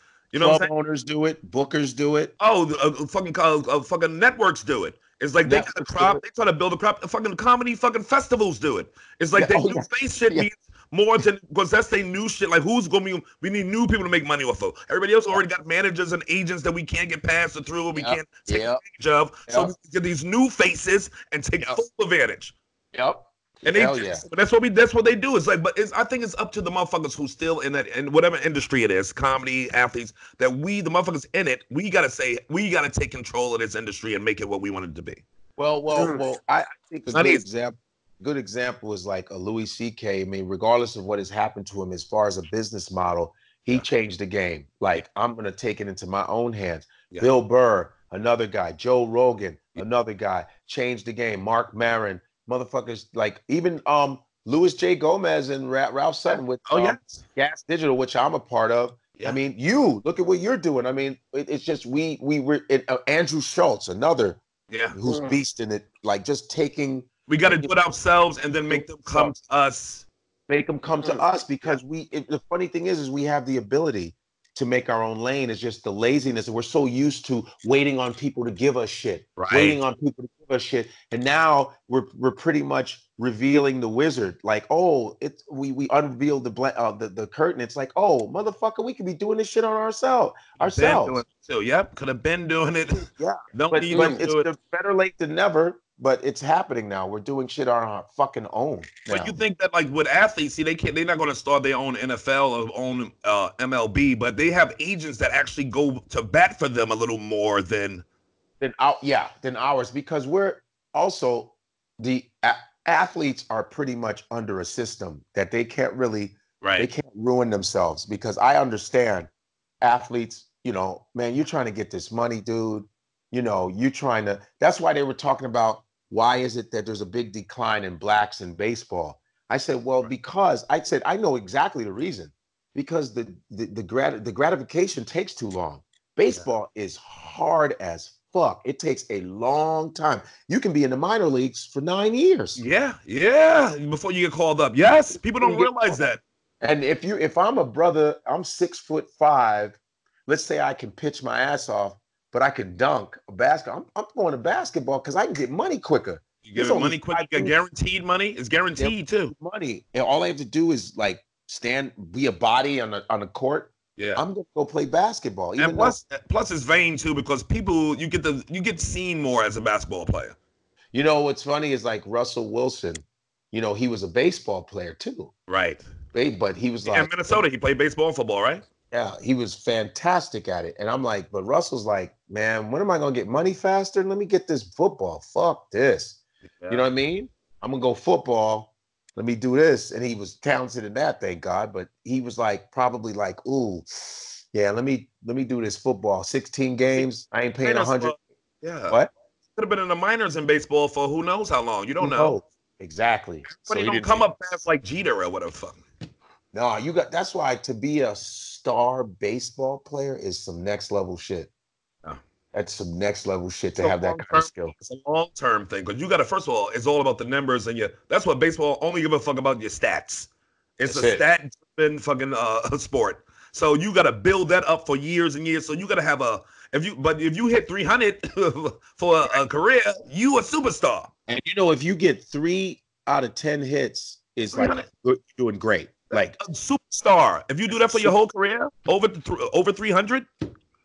[SPEAKER 2] you know what I'm
[SPEAKER 3] Club
[SPEAKER 2] saying?
[SPEAKER 3] owners do it, bookers do it.
[SPEAKER 2] Oh, the, uh, fucking uh, uh, fucking networks do it. It's like they
[SPEAKER 3] Yeah.
[SPEAKER 2] got a crop. They try to build a crop. Fucking comedy fucking festivals do it. It's like
[SPEAKER 3] Yeah,
[SPEAKER 2] they
[SPEAKER 3] oh
[SPEAKER 2] do
[SPEAKER 3] my-
[SPEAKER 2] space shit
[SPEAKER 3] yeah.
[SPEAKER 2] means more than because that's they new shit. Like who's gonna be? We need new people to make money off of. Everybody else already got managers and agents that we can't get past or through. We
[SPEAKER 3] Yeah.
[SPEAKER 2] can't take
[SPEAKER 3] Yep.
[SPEAKER 2] advantage of. So
[SPEAKER 3] Yeah.
[SPEAKER 2] we can get these new faces and take
[SPEAKER 3] Yeah.
[SPEAKER 2] full advantage.
[SPEAKER 3] Yep.
[SPEAKER 2] And they,
[SPEAKER 3] Hell yeah.
[SPEAKER 2] that's what we that's what they do. It's like, but it's I think it's up to the motherfuckers who still in that in whatever industry it is, comedy, athletes, that we the motherfuckers in it, we gotta say we gotta take control of this industry and make it what we want it to be.
[SPEAKER 3] Well,
[SPEAKER 2] Mm.
[SPEAKER 3] well, well. I I think a
[SPEAKER 2] Not
[SPEAKER 3] good
[SPEAKER 2] easy.
[SPEAKER 3] example, good example is like a Louis C.K. I mean, regardless of what has happened to him as far as a business model, he
[SPEAKER 2] Yeah.
[SPEAKER 3] changed the game. Like I'm gonna take it into my own hands.
[SPEAKER 2] Yeah.
[SPEAKER 3] Bill Burr, another guy. Joe Rogan,
[SPEAKER 2] Yeah.
[SPEAKER 3] another guy. Changed the game. Mark Maron, motherfuckers. Like even um Louis J. Gomez and Ra- Ralph Sutton with
[SPEAKER 2] Oh,
[SPEAKER 3] um,
[SPEAKER 2] yeah.
[SPEAKER 3] Gas Digital, which I'm a part of.
[SPEAKER 2] Yeah.
[SPEAKER 3] I mean, you look at what you're doing. I mean, it, it's just we we were it, uh, Andrew Schultz, another
[SPEAKER 2] Yeah.
[SPEAKER 3] who's
[SPEAKER 4] Mm.
[SPEAKER 3] beast in it, like just taking
[SPEAKER 2] We gotta do it ourselves and then make them come to us.
[SPEAKER 3] make them come to
[SPEAKER 4] Mm.
[SPEAKER 3] us because we it, the funny thing is is we have the ability to make our own lane. It's just the laziness and we're so used to waiting on people to give us shit.
[SPEAKER 2] Right.
[SPEAKER 3] Waiting on people to give us shit. And now we're we're pretty much revealing the wizard. Like, oh, it's we we unveiled the bla- uh, the, the curtain. It's like, oh motherfucker, we could be doing this shit on ourselves
[SPEAKER 2] Been
[SPEAKER 3] ourselves.
[SPEAKER 2] doing it too. Yep. Could have been doing it.
[SPEAKER 3] Yeah,
[SPEAKER 2] Don't
[SPEAKER 3] But,
[SPEAKER 2] need
[SPEAKER 3] but
[SPEAKER 2] to
[SPEAKER 3] it's
[SPEAKER 2] do it.
[SPEAKER 3] the better late than never. But it's happening now. We're doing shit on our fucking own. now.
[SPEAKER 2] But you think that like with athletes, see, they can't they're not gonna start their own NFL or own uh, MLB, but they have agents that actually go to bat for them a little more than
[SPEAKER 3] than out yeah than ours because we're also the a- athletes are pretty much under a system that they can't really
[SPEAKER 2] right.
[SPEAKER 3] they can't ruin themselves because i understand athletes you know man you're trying to get this money dude you know you trying to that's why they were talking about why is it that there's a big decline in blacks in baseball i said well because i said i know exactly the reason because the the, the, grat- the gratification takes too long baseball is hard as fuck it takes a long time you can be in the minor leagues for nine years
[SPEAKER 2] Yeah, yeah. Before you get called up. Yes, people don't
[SPEAKER 3] You get
[SPEAKER 2] realize that.
[SPEAKER 3] And if you if I'm a brother, I'm six foot five. Let's say I can pitch my ass off, but I can dunk a basket. I'm, I'm going to basketball because I can get money quicker.
[SPEAKER 2] You give
[SPEAKER 3] It's
[SPEAKER 2] it
[SPEAKER 3] only
[SPEAKER 2] money quick. You
[SPEAKER 3] five
[SPEAKER 2] got guaranteed money. It's guaranteed too.
[SPEAKER 3] Money. And all I have to do is like stand, be a body on a on a court.
[SPEAKER 2] Yeah.
[SPEAKER 3] I'm gonna go play basketball. Even
[SPEAKER 2] And plus, plus it's vain too because people you get the you get seen more as a basketball player.
[SPEAKER 3] though, you know what's funny is like Russell Wilson, you know, he was a baseball player too.
[SPEAKER 2] Right.
[SPEAKER 3] They, but he was like
[SPEAKER 2] In Minnesota, he played baseball and football, right?
[SPEAKER 3] Yeah, he was fantastic at it. And I'm like, but Russell's like, man, when am I gonna get money faster? Let me get this football. Fuck this. You know what I mean? I'm gonna go football. Let me do this. And he was talented in that, thank God. But he was like probably like, ooh, yeah, let me let me do this football. 16 games. I ain't paying
[SPEAKER 2] Minus-
[SPEAKER 3] hundred.
[SPEAKER 2] Yeah.
[SPEAKER 3] What?
[SPEAKER 2] Could have been in the minors in baseball for who knows how long. You don't know.
[SPEAKER 3] oh, Exactly.
[SPEAKER 2] But
[SPEAKER 3] he
[SPEAKER 2] he don't
[SPEAKER 3] didn't-
[SPEAKER 2] come up past like Jeter or whatever. the fuck.
[SPEAKER 3] No, you got that's why to be a star baseball player is some next level shit. Oh.
[SPEAKER 2] Yeah.
[SPEAKER 3] That's some next level shit to
[SPEAKER 2] So
[SPEAKER 3] have that
[SPEAKER 2] long
[SPEAKER 3] kind
[SPEAKER 2] term-
[SPEAKER 3] of skill.
[SPEAKER 2] It's a long term thing because you got to first of all, it's all about the numbers and your. That's what baseball only give a fuck about your stats. It's
[SPEAKER 3] That's
[SPEAKER 2] a
[SPEAKER 3] it.
[SPEAKER 2] stat driven fucking uh, sport. So you got to build that up for years and years. So you got to have a if you but if you hit 300 for a, a career, you a superstar.
[SPEAKER 3] And you know, if you get three out of ten hits, it's like
[SPEAKER 2] 300.
[SPEAKER 3] you're doing great. Like,
[SPEAKER 2] A superstar. If you do that for your whole career, over the th- over 300,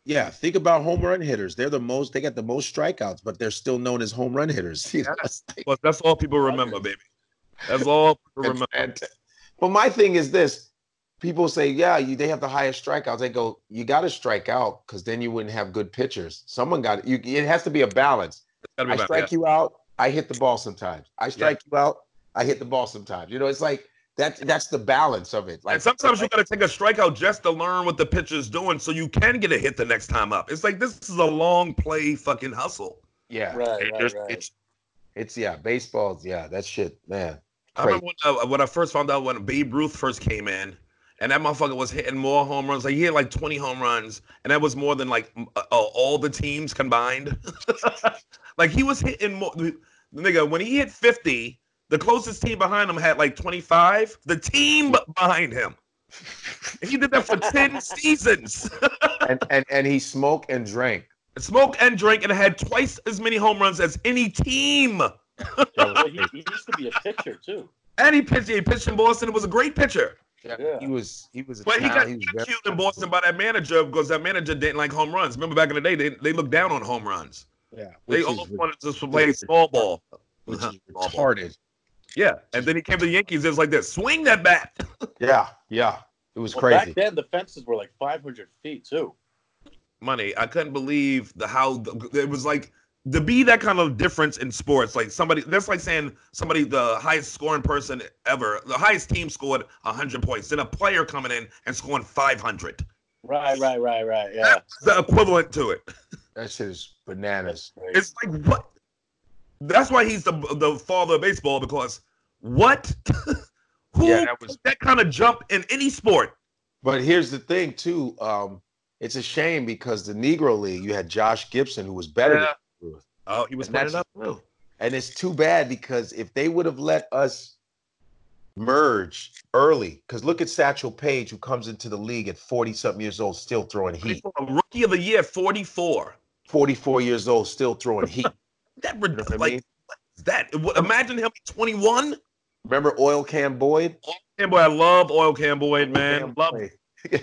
[SPEAKER 3] yeah, think about home run hitters. They're the most. They got the most strikeouts, but they're still known as home run hitters. You know, it's like-
[SPEAKER 2] well, that's all people remember, baby. That's all people
[SPEAKER 3] it's
[SPEAKER 2] remember.
[SPEAKER 3] fant- But my thing is this: people say, yeah, you they have the highest strikeouts. They go, you got to strike out because then you wouldn't have good pitchers. Someone got you. It has to be a balance.
[SPEAKER 2] Gotta be
[SPEAKER 3] I
[SPEAKER 2] about-
[SPEAKER 3] strike you out, I hit the ball sometimes. I strike you out, I hit the ball sometimes. You know, it's like that. That's the balance of it. Like
[SPEAKER 2] and sometimes you got to take a strikeout just to learn what the pitcher's doing so you can get a hit the next time up. It's like this is a long play fucking hustle.
[SPEAKER 3] yeah.
[SPEAKER 4] Right, right,
[SPEAKER 3] It- there's-
[SPEAKER 4] right.
[SPEAKER 3] It's, it's yeah, baseball's yeah, that shit, man.
[SPEAKER 2] I remember when, uh, when I first found out when Babe Ruth first came in, and that motherfucker was hitting more home runs. Like he hit like 20 home runs, and that was more than like m- uh, uh, all the teams combined. like he was hitting more. the- the Nigga, when he hit 50, the closest team behind him had like 25. The team behind him. He did that for 10 seasons.
[SPEAKER 3] And and and he smoked and drank
[SPEAKER 2] Smoke and drink and had twice as many home runs as any team.
[SPEAKER 4] Well, he, he used to be a pitcher too.
[SPEAKER 2] And he pitched. He pitched in Boston. It was a great pitcher.
[SPEAKER 4] Yeah.
[SPEAKER 3] He was he was a
[SPEAKER 2] But he
[SPEAKER 3] talent.
[SPEAKER 2] got
[SPEAKER 3] was very-
[SPEAKER 2] EQ'd in Boston by that manager because that manager didn't like home runs. Remember back in the day, they, they looked down on home runs.
[SPEAKER 3] yeah,
[SPEAKER 2] They
[SPEAKER 3] which is
[SPEAKER 2] almost
[SPEAKER 3] re-
[SPEAKER 2] wanted to play small ball.
[SPEAKER 3] which is
[SPEAKER 2] Small ball.
[SPEAKER 3] retarded.
[SPEAKER 2] Yeah, and then he came to the Yankees. It was like this: swing that bat.
[SPEAKER 3] Yeah, yeah. It was
[SPEAKER 4] Well,
[SPEAKER 3] crazy.
[SPEAKER 4] Back then, the fences were like 500 feet too.
[SPEAKER 2] Money. I couldn't believe the how the, it was like to be that kind of difference in sports. Like somebody that's like saying somebody the highest scoring person ever, the highest team scored hundred points. Then a player coming in and scoring five hundred.
[SPEAKER 4] Right, right, right, right. Yeah.
[SPEAKER 2] The equivalent to it.
[SPEAKER 3] that shit is bananas.
[SPEAKER 4] Right.
[SPEAKER 2] It's like what? That's why he's the the father of baseball because what? Who
[SPEAKER 3] Yeah, that was-
[SPEAKER 2] took that kind of jump in any sport?
[SPEAKER 3] But here's the thing too. Um, it's a shame because the Negro League, you had Josh Gibson who was better, than
[SPEAKER 2] Yeah.
[SPEAKER 3] Ruth.
[SPEAKER 2] Oh, he was
[SPEAKER 3] And that's-
[SPEAKER 2] playing up. too.
[SPEAKER 3] and it's too bad because if they would have let us merge early, because look at Satchel Paige who comes into the league at forty something years old, still throwing
[SPEAKER 2] He's
[SPEAKER 3] heat.
[SPEAKER 2] a rookie of the year, forty four.
[SPEAKER 3] Forty four years old, still throwing heat.
[SPEAKER 2] That
[SPEAKER 3] You know
[SPEAKER 2] ridiculous.
[SPEAKER 3] what I
[SPEAKER 2] like
[SPEAKER 3] mean?
[SPEAKER 2] that. W- Imagine him at 21.
[SPEAKER 3] Remember Oil Can Boyd?
[SPEAKER 2] And boy, I love Oil Can Boyd, man.
[SPEAKER 3] Damn
[SPEAKER 2] Love
[SPEAKER 3] play.
[SPEAKER 2] love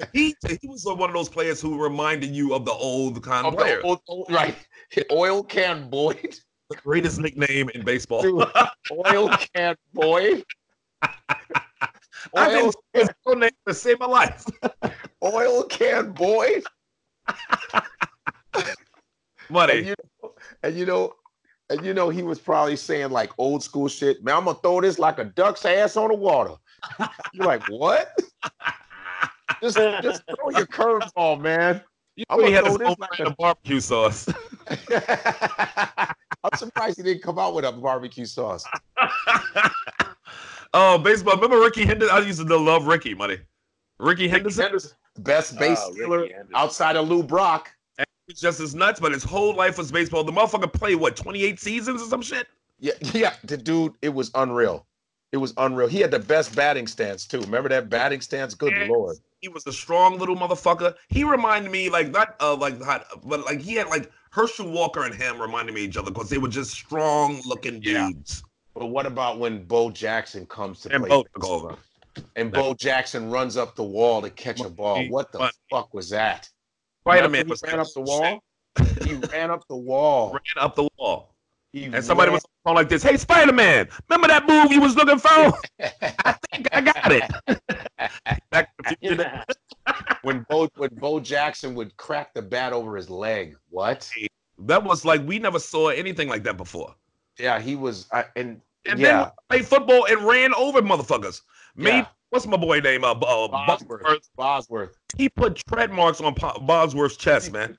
[SPEAKER 2] him. He he was one of those players who reminded you of the old kind of
[SPEAKER 3] Of the
[SPEAKER 2] player.
[SPEAKER 3] old- old- right. Oil Can Boyd.
[SPEAKER 2] The greatest nickname in baseball.
[SPEAKER 3] Dude, Oil Can Boyd.
[SPEAKER 2] I've
[SPEAKER 3] Oil,
[SPEAKER 2] been his name to save my life.
[SPEAKER 3] oil Can Boyd. And
[SPEAKER 2] Money.
[SPEAKER 3] you, and you know, and you know, he was probably saying like old school shit. Man, I'm gonna throw this like a duck's ass on the water. You're like, what? Just, just throw your curveball, man.
[SPEAKER 2] You
[SPEAKER 3] I'm
[SPEAKER 2] know he
[SPEAKER 3] gonna
[SPEAKER 2] had
[SPEAKER 3] throw
[SPEAKER 2] his own
[SPEAKER 3] this like
[SPEAKER 2] brand
[SPEAKER 3] a-
[SPEAKER 2] of barbecue sauce.
[SPEAKER 3] I'm surprised he didn't come out with a barbecue sauce.
[SPEAKER 2] oh, baseball. Remember Ricky Henderson? I used to love Ricky, money. Ricky Henderson
[SPEAKER 3] Best base
[SPEAKER 4] Oh, Ricky
[SPEAKER 3] stealer
[SPEAKER 4] Henderson.
[SPEAKER 3] outside of Lou Brock.
[SPEAKER 2] was just as nuts, but his whole life was baseball. The motherfucker played, what, 28 seasons or some shit?
[SPEAKER 3] Yeah, yeah, the dude, it was unreal. It was unreal. He had the best batting stance too. Remember that batting stance? Good
[SPEAKER 2] Yes.
[SPEAKER 3] lord.
[SPEAKER 2] He was a strong little motherfucker. He reminded me, like, not of, like, hot, but, like, he had, like, Herschel Walker and him reminded me of each other because they were just strong looking
[SPEAKER 3] Yeah.
[SPEAKER 2] dudes.
[SPEAKER 3] But what about when Bo Jackson comes to
[SPEAKER 2] And
[SPEAKER 3] play?
[SPEAKER 2] both took
[SPEAKER 3] baseball?
[SPEAKER 2] over.
[SPEAKER 3] and Bo Jackson runs up the wall to catch a ball. What the
[SPEAKER 2] Money.
[SPEAKER 3] fuck was that?
[SPEAKER 2] Spider Man
[SPEAKER 3] Remember
[SPEAKER 2] was
[SPEAKER 3] he ran up the wall. he ran up the wall. Mm-hmm.
[SPEAKER 2] Ran up the wall.
[SPEAKER 3] He
[SPEAKER 2] And somebody
[SPEAKER 3] ran-
[SPEAKER 2] was on like this Hey, Spider Man, remember that move you was looking for? I think I got it. Back to the future.
[SPEAKER 4] Yeah.
[SPEAKER 3] when Bo when Bo Jackson would crack the bat over his leg. What?
[SPEAKER 2] That was like we never saw anything like that before.
[SPEAKER 3] Yeah, he was. I, and,
[SPEAKER 2] And
[SPEAKER 3] yeah,
[SPEAKER 2] then played football and ran over motherfuckers. Made
[SPEAKER 3] Yeah.
[SPEAKER 2] what's my boy name? Uh, uh,
[SPEAKER 3] Bosworth.
[SPEAKER 2] Bosworth.
[SPEAKER 3] Bosworth
[SPEAKER 2] He put tread marks on Po- Bosworth's chest, man.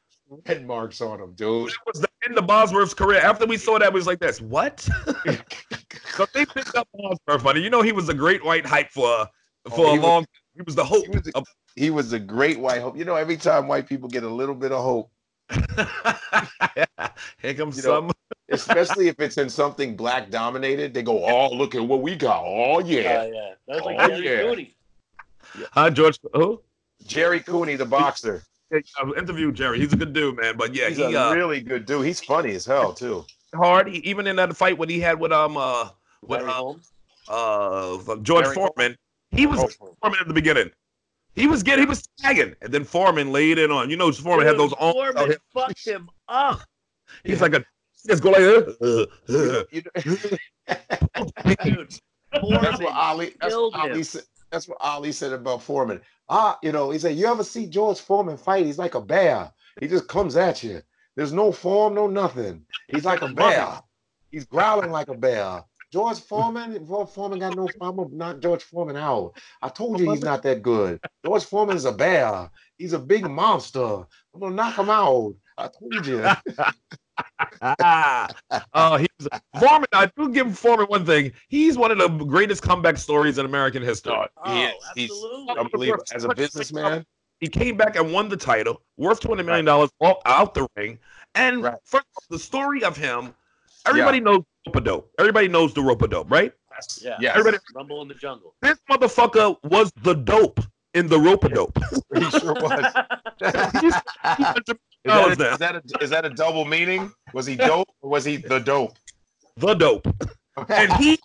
[SPEAKER 3] red marks on him, dude.
[SPEAKER 2] That was the end of Bosworth's career. After we saw that, we was like, "That's what?" Because they picked up Bosworth, buddy. You know, he was a great white hype for for
[SPEAKER 3] Oh, he
[SPEAKER 2] a
[SPEAKER 3] was-
[SPEAKER 2] long. he was the hope.
[SPEAKER 3] he was a-
[SPEAKER 2] of-
[SPEAKER 3] He was a great white hope. You know, every time white people get a little bit of hope,
[SPEAKER 2] Here comes
[SPEAKER 3] You know,
[SPEAKER 2] some.
[SPEAKER 3] especially if it's in something black dominated, they go, "Oh, look at what we got! Oh yeah."
[SPEAKER 4] yeah, yeah. That was like
[SPEAKER 3] Oh,
[SPEAKER 4] Jerry
[SPEAKER 3] yeah.
[SPEAKER 4] Cooney.
[SPEAKER 2] Hi, George. Who?
[SPEAKER 3] Jerry Cooney, the boxer.
[SPEAKER 2] Yeah, I interviewed Jerry. He's a good dude, man. But yeah,
[SPEAKER 3] he's
[SPEAKER 2] he
[SPEAKER 3] a
[SPEAKER 2] uh,
[SPEAKER 3] really good dude. He's funny as hell too.
[SPEAKER 2] hard. He, even in that fight when he had with um uh with
[SPEAKER 4] Larry
[SPEAKER 2] um,
[SPEAKER 4] Holmes.
[SPEAKER 2] uh George
[SPEAKER 3] Larry Oh.
[SPEAKER 2] Foreman. He was Foreman at the beginning. He was getting, he was tagging, and then Foreman laid in on. You know, Foreman had those arms. out
[SPEAKER 4] Foreman
[SPEAKER 2] here.
[SPEAKER 4] fucked him up.
[SPEAKER 2] He's like a he just go like uh, this.
[SPEAKER 3] You know,
[SPEAKER 2] uh,
[SPEAKER 4] Dude,
[SPEAKER 3] that's what
[SPEAKER 4] Foreman.
[SPEAKER 3] Ali. That's
[SPEAKER 4] killed
[SPEAKER 3] what
[SPEAKER 4] him.
[SPEAKER 3] Ali, said, that's what Ali said about Foreman. Ah, you know, he said, "You ever see George Foreman fight? He's like a bear. He just comes at you. There's no form, no nothing. He's like a bear. He's growling like a bear." George Foreman, George Foreman got no. I'm gonna knock George Foreman out. I told you he's not that good. George Foreman's a bear. He's a big monster. I'm gonna knock him out. I told you.
[SPEAKER 2] Ah, uh, he was, Foreman. I do give Foreman one thing. He's one of the greatest comeback stories in American history.
[SPEAKER 4] Oh,
[SPEAKER 3] He is- he's-
[SPEAKER 4] absolutely.
[SPEAKER 3] unbelievable. As a businessman,
[SPEAKER 2] He came back and won the title, worth twenty million dollars, all out the ring. And
[SPEAKER 3] Right.
[SPEAKER 2] first, of all, the story of him. Everybody knows rope dope. Everybody knows the rope dope, right?
[SPEAKER 4] Yeah.
[SPEAKER 3] yes.
[SPEAKER 2] Everybody-
[SPEAKER 4] Rumble in the jungle.
[SPEAKER 2] This motherfucker was the dope in the rope dope. uh,
[SPEAKER 3] he sure was.
[SPEAKER 2] He's- he's
[SPEAKER 3] Is,
[SPEAKER 2] Oh,
[SPEAKER 3] that,
[SPEAKER 2] it's
[SPEAKER 3] a, is, that a, is that a double meaning? Was he dope or was he the dope?
[SPEAKER 2] The dope. And he's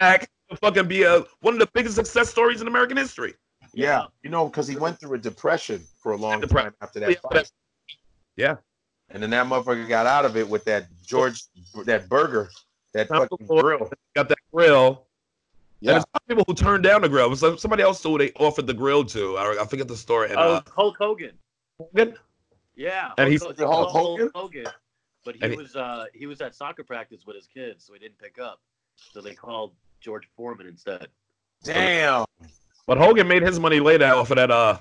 [SPEAKER 2] back to fucking be a, one of the biggest success stories in American history.
[SPEAKER 3] yeah, you know, because he went through a depression for a long
[SPEAKER 2] Depre-
[SPEAKER 3] time after that
[SPEAKER 2] Yeah.
[SPEAKER 3] fight.
[SPEAKER 2] Yeah.
[SPEAKER 3] And then that motherfucker got out of it with that George, that burger, that
[SPEAKER 2] Not
[SPEAKER 3] fucking
[SPEAKER 2] before.
[SPEAKER 3] grill.
[SPEAKER 2] Got that grill.
[SPEAKER 3] Yeah.
[SPEAKER 2] And it's not people who turned down the grill. It was like somebody else who they offered the grill to. I, I forget the story. And,
[SPEAKER 4] Oh,
[SPEAKER 2] uh,
[SPEAKER 4] Hulk Hogan. Yeah.
[SPEAKER 2] And he's-
[SPEAKER 4] Hogan-
[SPEAKER 3] The Hulk Hogan?
[SPEAKER 4] But he
[SPEAKER 2] And he-
[SPEAKER 4] was uh, he was at soccer practice with his kids, so he didn't pick up. So they called George Foreman instead.
[SPEAKER 3] Damn.
[SPEAKER 2] but Hogan made his money later off of that uh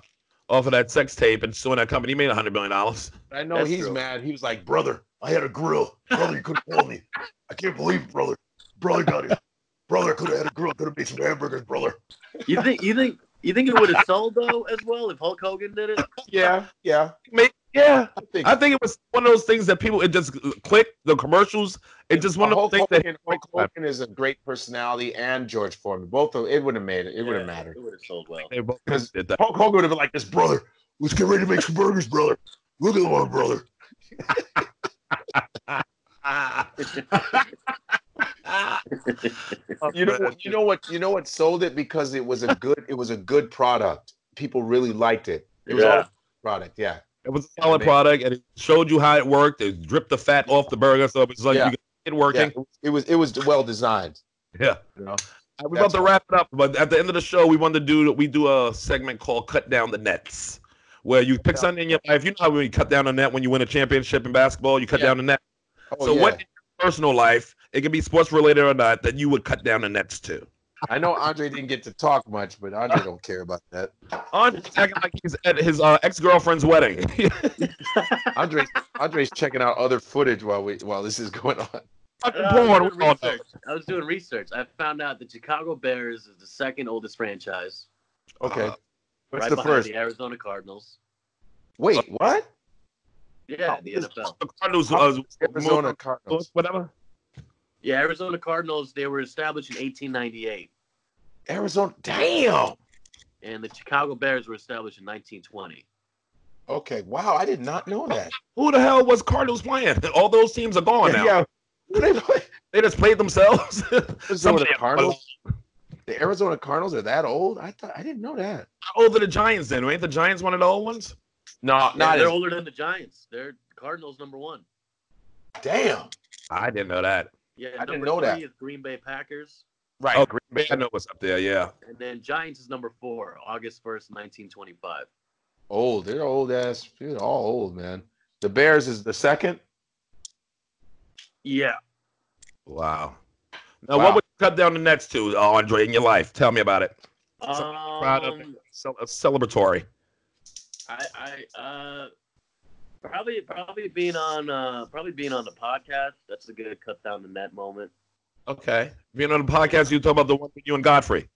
[SPEAKER 2] off of that sex tape and suing that company. He made hundred million dollars.
[SPEAKER 3] I know
[SPEAKER 4] That's
[SPEAKER 3] he's
[SPEAKER 4] true.
[SPEAKER 3] mad. He was like, bro,
[SPEAKER 5] brother, I had a grill. Brother, you couldn't call me. I can't believe, it, brother. Brother got it. Brother, I could have had a grill. Could have made some hamburgers, brother.
[SPEAKER 4] You think you think you think it would have sold though as well if Hulk Hogan did it?
[SPEAKER 3] yeah, yeah.
[SPEAKER 2] Yeah.
[SPEAKER 3] I think
[SPEAKER 2] I think it was one of those things that people it just clicked the commercials. It just one of those
[SPEAKER 3] Hulk
[SPEAKER 2] things
[SPEAKER 3] Hogan,
[SPEAKER 2] that
[SPEAKER 3] Hulk Hogan is a great personality and George Foreman. Both of it would have made it. It would have mattered.
[SPEAKER 4] It would have sold well.
[SPEAKER 2] they both
[SPEAKER 3] Because
[SPEAKER 2] did that.
[SPEAKER 3] Hulk Hogan would have been like this,
[SPEAKER 5] Yes, brother. Let's get ready to make some burgers, brother. Look at one, brother.
[SPEAKER 3] you know, what- you know what, you know what sold it because it was a good, it was a good product. People really liked it. It was all
[SPEAKER 4] Yeah.
[SPEAKER 3] product, yeah.
[SPEAKER 2] It was a solid
[SPEAKER 3] Yeah, man.
[SPEAKER 2] product, and it showed you how it worked. It dripped the fat off the burger, so it was like
[SPEAKER 3] Yeah.
[SPEAKER 2] you could see it working.
[SPEAKER 3] It was, it was well designed.
[SPEAKER 2] Yeah.
[SPEAKER 3] You know,
[SPEAKER 2] We're
[SPEAKER 3] That's
[SPEAKER 2] about to wrap it up, but at the end of the show, we want to do we do a segment called "Cut Down the Nets," where you pick something in your life. You know how when you cut down a net when you win a championship in basketball, you cut
[SPEAKER 3] Yeah.
[SPEAKER 2] down the net.
[SPEAKER 3] oh,
[SPEAKER 2] so
[SPEAKER 3] yeah.
[SPEAKER 2] what in your personal life? It can be sports related or not that you would cut down the nets to.
[SPEAKER 3] I know Andre didn't get to talk much, but Andre don't care about that.
[SPEAKER 2] Andre's acting like he's at his uh, ex girlfriend's wedding.
[SPEAKER 3] Andre's Andre's checking out other footage while we while this is going on.
[SPEAKER 2] Fucking
[SPEAKER 4] Uh, I,
[SPEAKER 2] porn.
[SPEAKER 4] was
[SPEAKER 2] we
[SPEAKER 4] doing
[SPEAKER 2] all know.
[SPEAKER 4] research. I was doing research. I found out the Chicago Bears is the second oldest franchise,
[SPEAKER 3] Okay,
[SPEAKER 2] Uh,
[SPEAKER 3] what's
[SPEAKER 4] right
[SPEAKER 3] the
[SPEAKER 4] behind
[SPEAKER 3] first?
[SPEAKER 4] the Arizona Cardinals.
[SPEAKER 3] Wait, what? Oh,
[SPEAKER 4] Yeah, the NFL.
[SPEAKER 2] The Cardinals, uh,
[SPEAKER 3] Arizona Cardinals.
[SPEAKER 2] whatever.
[SPEAKER 4] Yeah, Arizona Cardinals. They were established in 1898,
[SPEAKER 3] Arizona. Damn.
[SPEAKER 4] and the Chicago Bears were established in 1920.
[SPEAKER 3] Okay. Wow. I did not know that.
[SPEAKER 2] Who the hell was Cardinals playing? All those teams are gone now.
[SPEAKER 3] What are they playing?
[SPEAKER 2] They just played themselves.
[SPEAKER 3] Arizona
[SPEAKER 2] Somebody-
[SPEAKER 3] Cardinals. The Arizona Cardinals are that old? I thought I didn't know that.
[SPEAKER 2] How old are the Giants then? Ain't the Giants one of the old ones?
[SPEAKER 3] No,
[SPEAKER 4] Yeah,
[SPEAKER 3] not
[SPEAKER 4] they're
[SPEAKER 3] as,
[SPEAKER 4] older than the Giants. They're Cardinals number one.
[SPEAKER 5] Damn.
[SPEAKER 2] I didn't know that.
[SPEAKER 4] Yeah,
[SPEAKER 3] I didn't
[SPEAKER 4] number
[SPEAKER 3] know
[SPEAKER 4] three
[SPEAKER 3] that.
[SPEAKER 4] is Green Bay Packers,
[SPEAKER 3] right.
[SPEAKER 2] Oh,
[SPEAKER 3] Green
[SPEAKER 2] I
[SPEAKER 3] Bay.
[SPEAKER 2] know what's up there. Yeah.
[SPEAKER 4] and then Giants is number four, August 1st, 1925.
[SPEAKER 3] Old. They're old ass. They're all old, man. The Bears is the second.
[SPEAKER 4] Yeah,
[SPEAKER 2] Wow. Now,
[SPEAKER 3] Wow.
[SPEAKER 2] what would you cut down the nets to, uh, Andre, in your life? Tell me about it. proud of
[SPEAKER 4] um,
[SPEAKER 2] Cel- uh, celebratory.
[SPEAKER 4] I, I uh, probably probably being on uh, probably being on the podcast. That's a good cut down the net moment.
[SPEAKER 2] Okay. Being on the podcast, you talk about the one with you and Godfrey.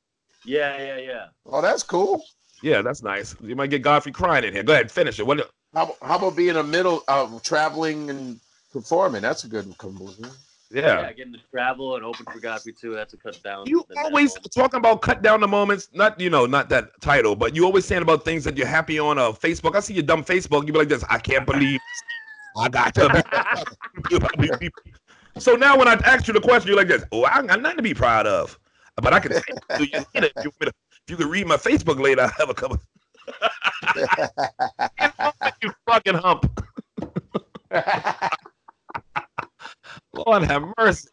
[SPEAKER 4] Yeah, yeah, yeah.
[SPEAKER 3] Oh, that's cool.
[SPEAKER 2] Yeah, that's nice. You might get Godfrey crying in here. Go ahead, finish it. What?
[SPEAKER 3] How, how about being a middle uh, traveling and performing? That's a good conversion.
[SPEAKER 2] Yeah.
[SPEAKER 4] getting to travel and open for Godfrey too. That's a cut down.
[SPEAKER 2] You
[SPEAKER 4] the net
[SPEAKER 2] always
[SPEAKER 4] moment.
[SPEAKER 2] talking about cut down the moments. Not you know, not that title, but you always saying about things that you're happy on uh, Facebook. I see your dumb Facebook. You be like this. I can't believe I got to. Be- so now when I ask you the question, you're like this. Oh, I got nothing to be proud of, but I can. say it to you later. if, you, want me to- if you can read my Facebook later, I have a couple. you fucking hump. Lord have mercy.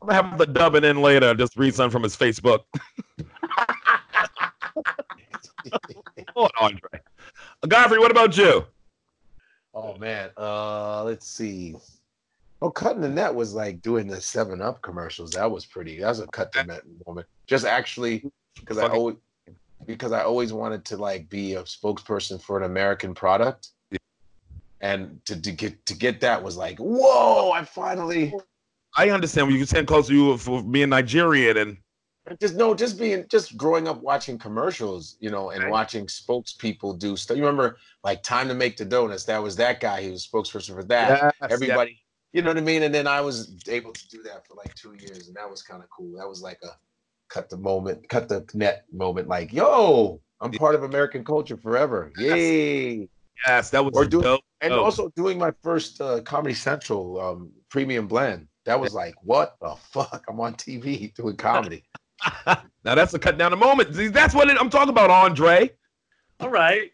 [SPEAKER 2] I'm gonna have the dubbing in later. Just read something from his Facebook. Lord, Andre. Godfrey, what about you?
[SPEAKER 3] oh man. Uh, let's see. Oh, cutting the net was like doing the Seven Up commercials. That was pretty. That was a cut the net moment. Just actually because I
[SPEAKER 2] Fucking-
[SPEAKER 3] always because I always wanted to like be a spokesperson for an American product. And to, to get to get that was like, whoa! I finally
[SPEAKER 2] I understand what you're saying close to you for being Nigerian and
[SPEAKER 3] just no, just being just growing up watching commercials, you know, and
[SPEAKER 2] Right.
[SPEAKER 3] watching spokespeople do stuff. You remember like time to make the donuts? That was that guy. He was spokesperson for that. Everybody, you know what I mean? And then I was able to do that for like two years, and that was kind of cool. That was like a cut the moment, cut the net moment. Like, yo, I'm part of American culture forever. Yay!
[SPEAKER 2] Yes, that was
[SPEAKER 3] Or
[SPEAKER 2] a
[SPEAKER 3] do-
[SPEAKER 2] dope
[SPEAKER 3] and
[SPEAKER 2] Oh.
[SPEAKER 3] also doing my first uh, Comedy Central um, premium blend. That was like, what the fuck? I'm on TV doing comedy.
[SPEAKER 2] Now that's a cut down the moment. See, that's what it, I'm talking about, Andre.
[SPEAKER 4] All right.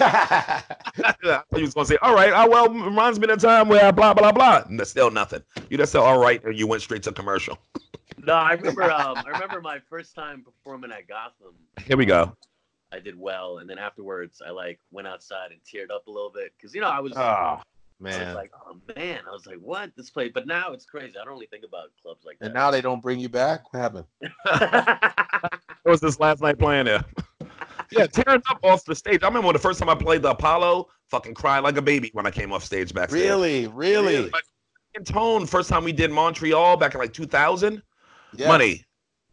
[SPEAKER 3] yeah,
[SPEAKER 2] I thought you was gonna say, all right, I well reminds me of the time where I blah blah blah. And that's still nothing. You just said all right, and you went straight to commercial.
[SPEAKER 4] No, I remember. Um, I remember my first time performing at Gotham.
[SPEAKER 2] Here we go.
[SPEAKER 4] I did well, and then afterwards, I like went outside and teared up a little bit because you know I was,
[SPEAKER 3] Oh,
[SPEAKER 4] I was
[SPEAKER 3] man.
[SPEAKER 4] like, oh man, I was like, what this place? But now it's crazy. I don't really think about clubs like
[SPEAKER 3] And
[SPEAKER 4] that.
[SPEAKER 3] now they don't bring you back. What happened?
[SPEAKER 2] It was this last night playing there. yeah, tearing up off the stage. I remember the first time I played the Apollo, fucking cried like a baby when I came off stage backstage.
[SPEAKER 3] Really, really.
[SPEAKER 2] Like, in tone, first time we did Montreal back in like 2000,
[SPEAKER 3] Yeah.
[SPEAKER 2] money.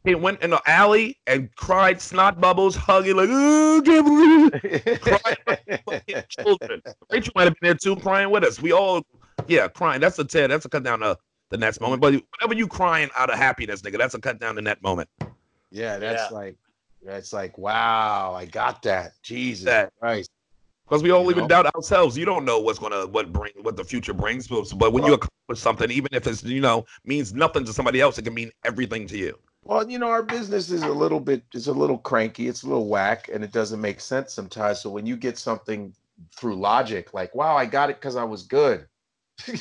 [SPEAKER 2] He went in the alley and cried snot bubbles, hugging like, "Oh, can't believe it." fucking children. Rachel might have been there too, crying with us. We all, yeah, crying. That's a tear. That's a cut down the the next moment. But whenever you crying out of happiness, nigga, that's a cut down the net moment.
[SPEAKER 3] yeah, that's
[SPEAKER 4] Yeah.
[SPEAKER 3] like, that's like, wow, I got that. Jesus
[SPEAKER 2] That-
[SPEAKER 3] Christ.
[SPEAKER 2] Because we all
[SPEAKER 3] You
[SPEAKER 2] even
[SPEAKER 3] know?
[SPEAKER 2] doubt ourselves. You don't know what's gonna what bring what the future brings. But but when you accomplish something, even if it's you know means nothing to somebody else, it can mean everything to you.
[SPEAKER 3] Well, you know, our business is a little bit, it's a little cranky, it's a little whack, and it doesn't make sense sometimes. So when you get something through logic, like, wow, I got it because I was good,
[SPEAKER 2] You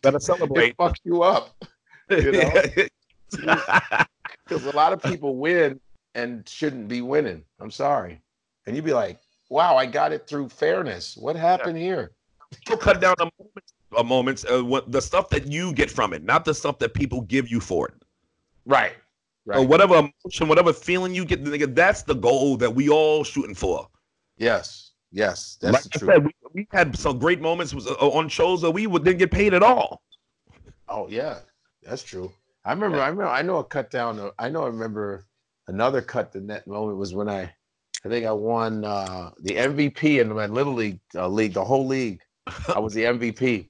[SPEAKER 2] better
[SPEAKER 3] it
[SPEAKER 2] celebrate.
[SPEAKER 3] fucks you up. You know? Because a lot of people win and shouldn't be winning. I'm sorry. And you'd be like, wow, I got it through fairness. What happened here?
[SPEAKER 2] People cut down the moments, uh, moments uh, what, the stuff that you get from it, not the stuff that people give you for it.
[SPEAKER 3] Right. Right.
[SPEAKER 2] or whatever emotion, whatever feeling you get, nigga, that's the goal that we all shooting for.
[SPEAKER 3] yes. Yes. That's
[SPEAKER 2] like
[SPEAKER 3] the truth.
[SPEAKER 2] I said, we, we had some great moments was, uh, on shows that we would, didn't get paid at all.
[SPEAKER 3] Oh yeah, that's true. I remember. I remember. I know a cut down. uh, I know. I remember another cut. The net moment was when I, I think I won uh, the MVP in my little league uh, league, the whole league. I was the MVP.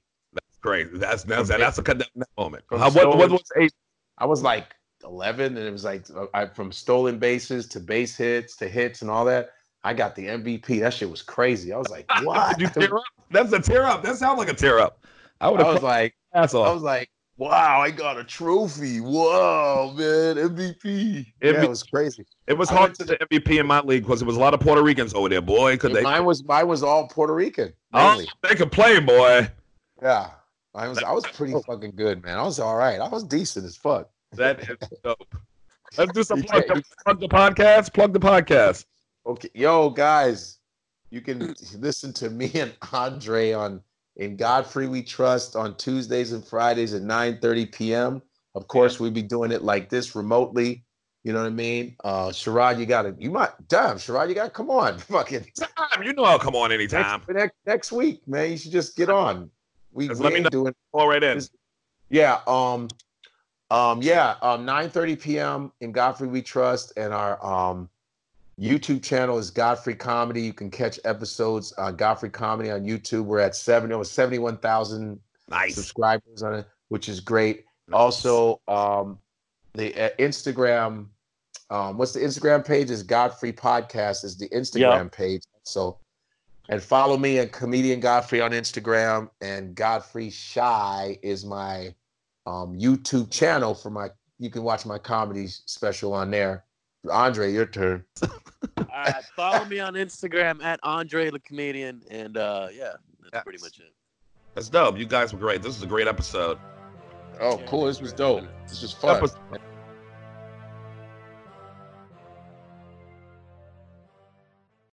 [SPEAKER 2] Great, that's that's that's a cut down that moment.
[SPEAKER 3] From
[SPEAKER 2] How- what, what
[SPEAKER 3] stolen-
[SPEAKER 2] was eight?
[SPEAKER 3] I was like 11, and it was like uh, I from stolen bases to base hits to hits and all that. I got the MVP. That shit was crazy. I was like, what?
[SPEAKER 2] Did you tear up? That's a tear up. That sounds like a tear up. I would
[SPEAKER 3] I
[SPEAKER 2] have
[SPEAKER 3] was like,
[SPEAKER 2] ass
[SPEAKER 3] I
[SPEAKER 2] off.
[SPEAKER 3] was like, wow, I got a trophy. Whoa, man, MVP. Yeah,
[SPEAKER 2] MVP.
[SPEAKER 3] it was crazy.
[SPEAKER 2] It was
[SPEAKER 3] I
[SPEAKER 2] hard
[SPEAKER 3] went
[SPEAKER 2] to the MVP in my league because there was a lot of Puerto Ricans over there, boy. Could
[SPEAKER 3] Yeah,
[SPEAKER 2] they?
[SPEAKER 3] mine was mine was all Puerto Rican.
[SPEAKER 2] Oh,
[SPEAKER 3] mainly.
[SPEAKER 2] they could play, boy.
[SPEAKER 3] Yeah. I was I was pretty fucking good, man. I was all right. I was decent as fuck.
[SPEAKER 2] That is dope. Let's do some
[SPEAKER 3] You
[SPEAKER 2] plug,
[SPEAKER 3] can't-
[SPEAKER 2] plug the podcast. Plug the podcast.
[SPEAKER 3] Okay. Yo, guys, you can
[SPEAKER 2] Mm.
[SPEAKER 3] listen to me and Andre on in Godfrey We Trust on Tuesdays and Fridays at 9 30 p.m. Of course, we'd be doing it like this remotely. You know what I mean? Uh Sherrod, you gotta you might damn Sherrod, you gotta come on. Fucking
[SPEAKER 2] Time, you know I'll come on anytime.
[SPEAKER 3] next, next, next week, man. You should just get on. We,
[SPEAKER 2] Just
[SPEAKER 3] we
[SPEAKER 2] let me
[SPEAKER 3] ain't
[SPEAKER 2] know.
[SPEAKER 3] doing
[SPEAKER 2] All right in.
[SPEAKER 3] This- Yeah. Um. Um. Yeah. Um. Nine thirty p.m. in Godfrey We Trust, and our um YouTube channel is Godfrey Comedy. You can catch episodes on Godfrey Comedy on YouTube. We're at seven. It was seventy-one thousand
[SPEAKER 2] Nice.
[SPEAKER 3] subscribers on it, which is great. Also, um, the uh, Instagram. Um, what's the Instagram page? Is Godfrey Podcast is the Instagram page. So, and follow me at comedian Godfrey on Instagram, and Godfrey Shy is my um, YouTube channel for my. You can watch my comedy special on there. Andre, your turn.
[SPEAKER 4] Uh, follow me on Instagram at Andre the Comedian, and uh, yeah, that's
[SPEAKER 2] Yes.
[SPEAKER 4] pretty much it.
[SPEAKER 2] That's dope. You guys were great. This is a great episode.
[SPEAKER 3] Oh,
[SPEAKER 4] Yeah.
[SPEAKER 3] cool! This was dope. This was
[SPEAKER 2] That
[SPEAKER 3] fun.
[SPEAKER 2] was-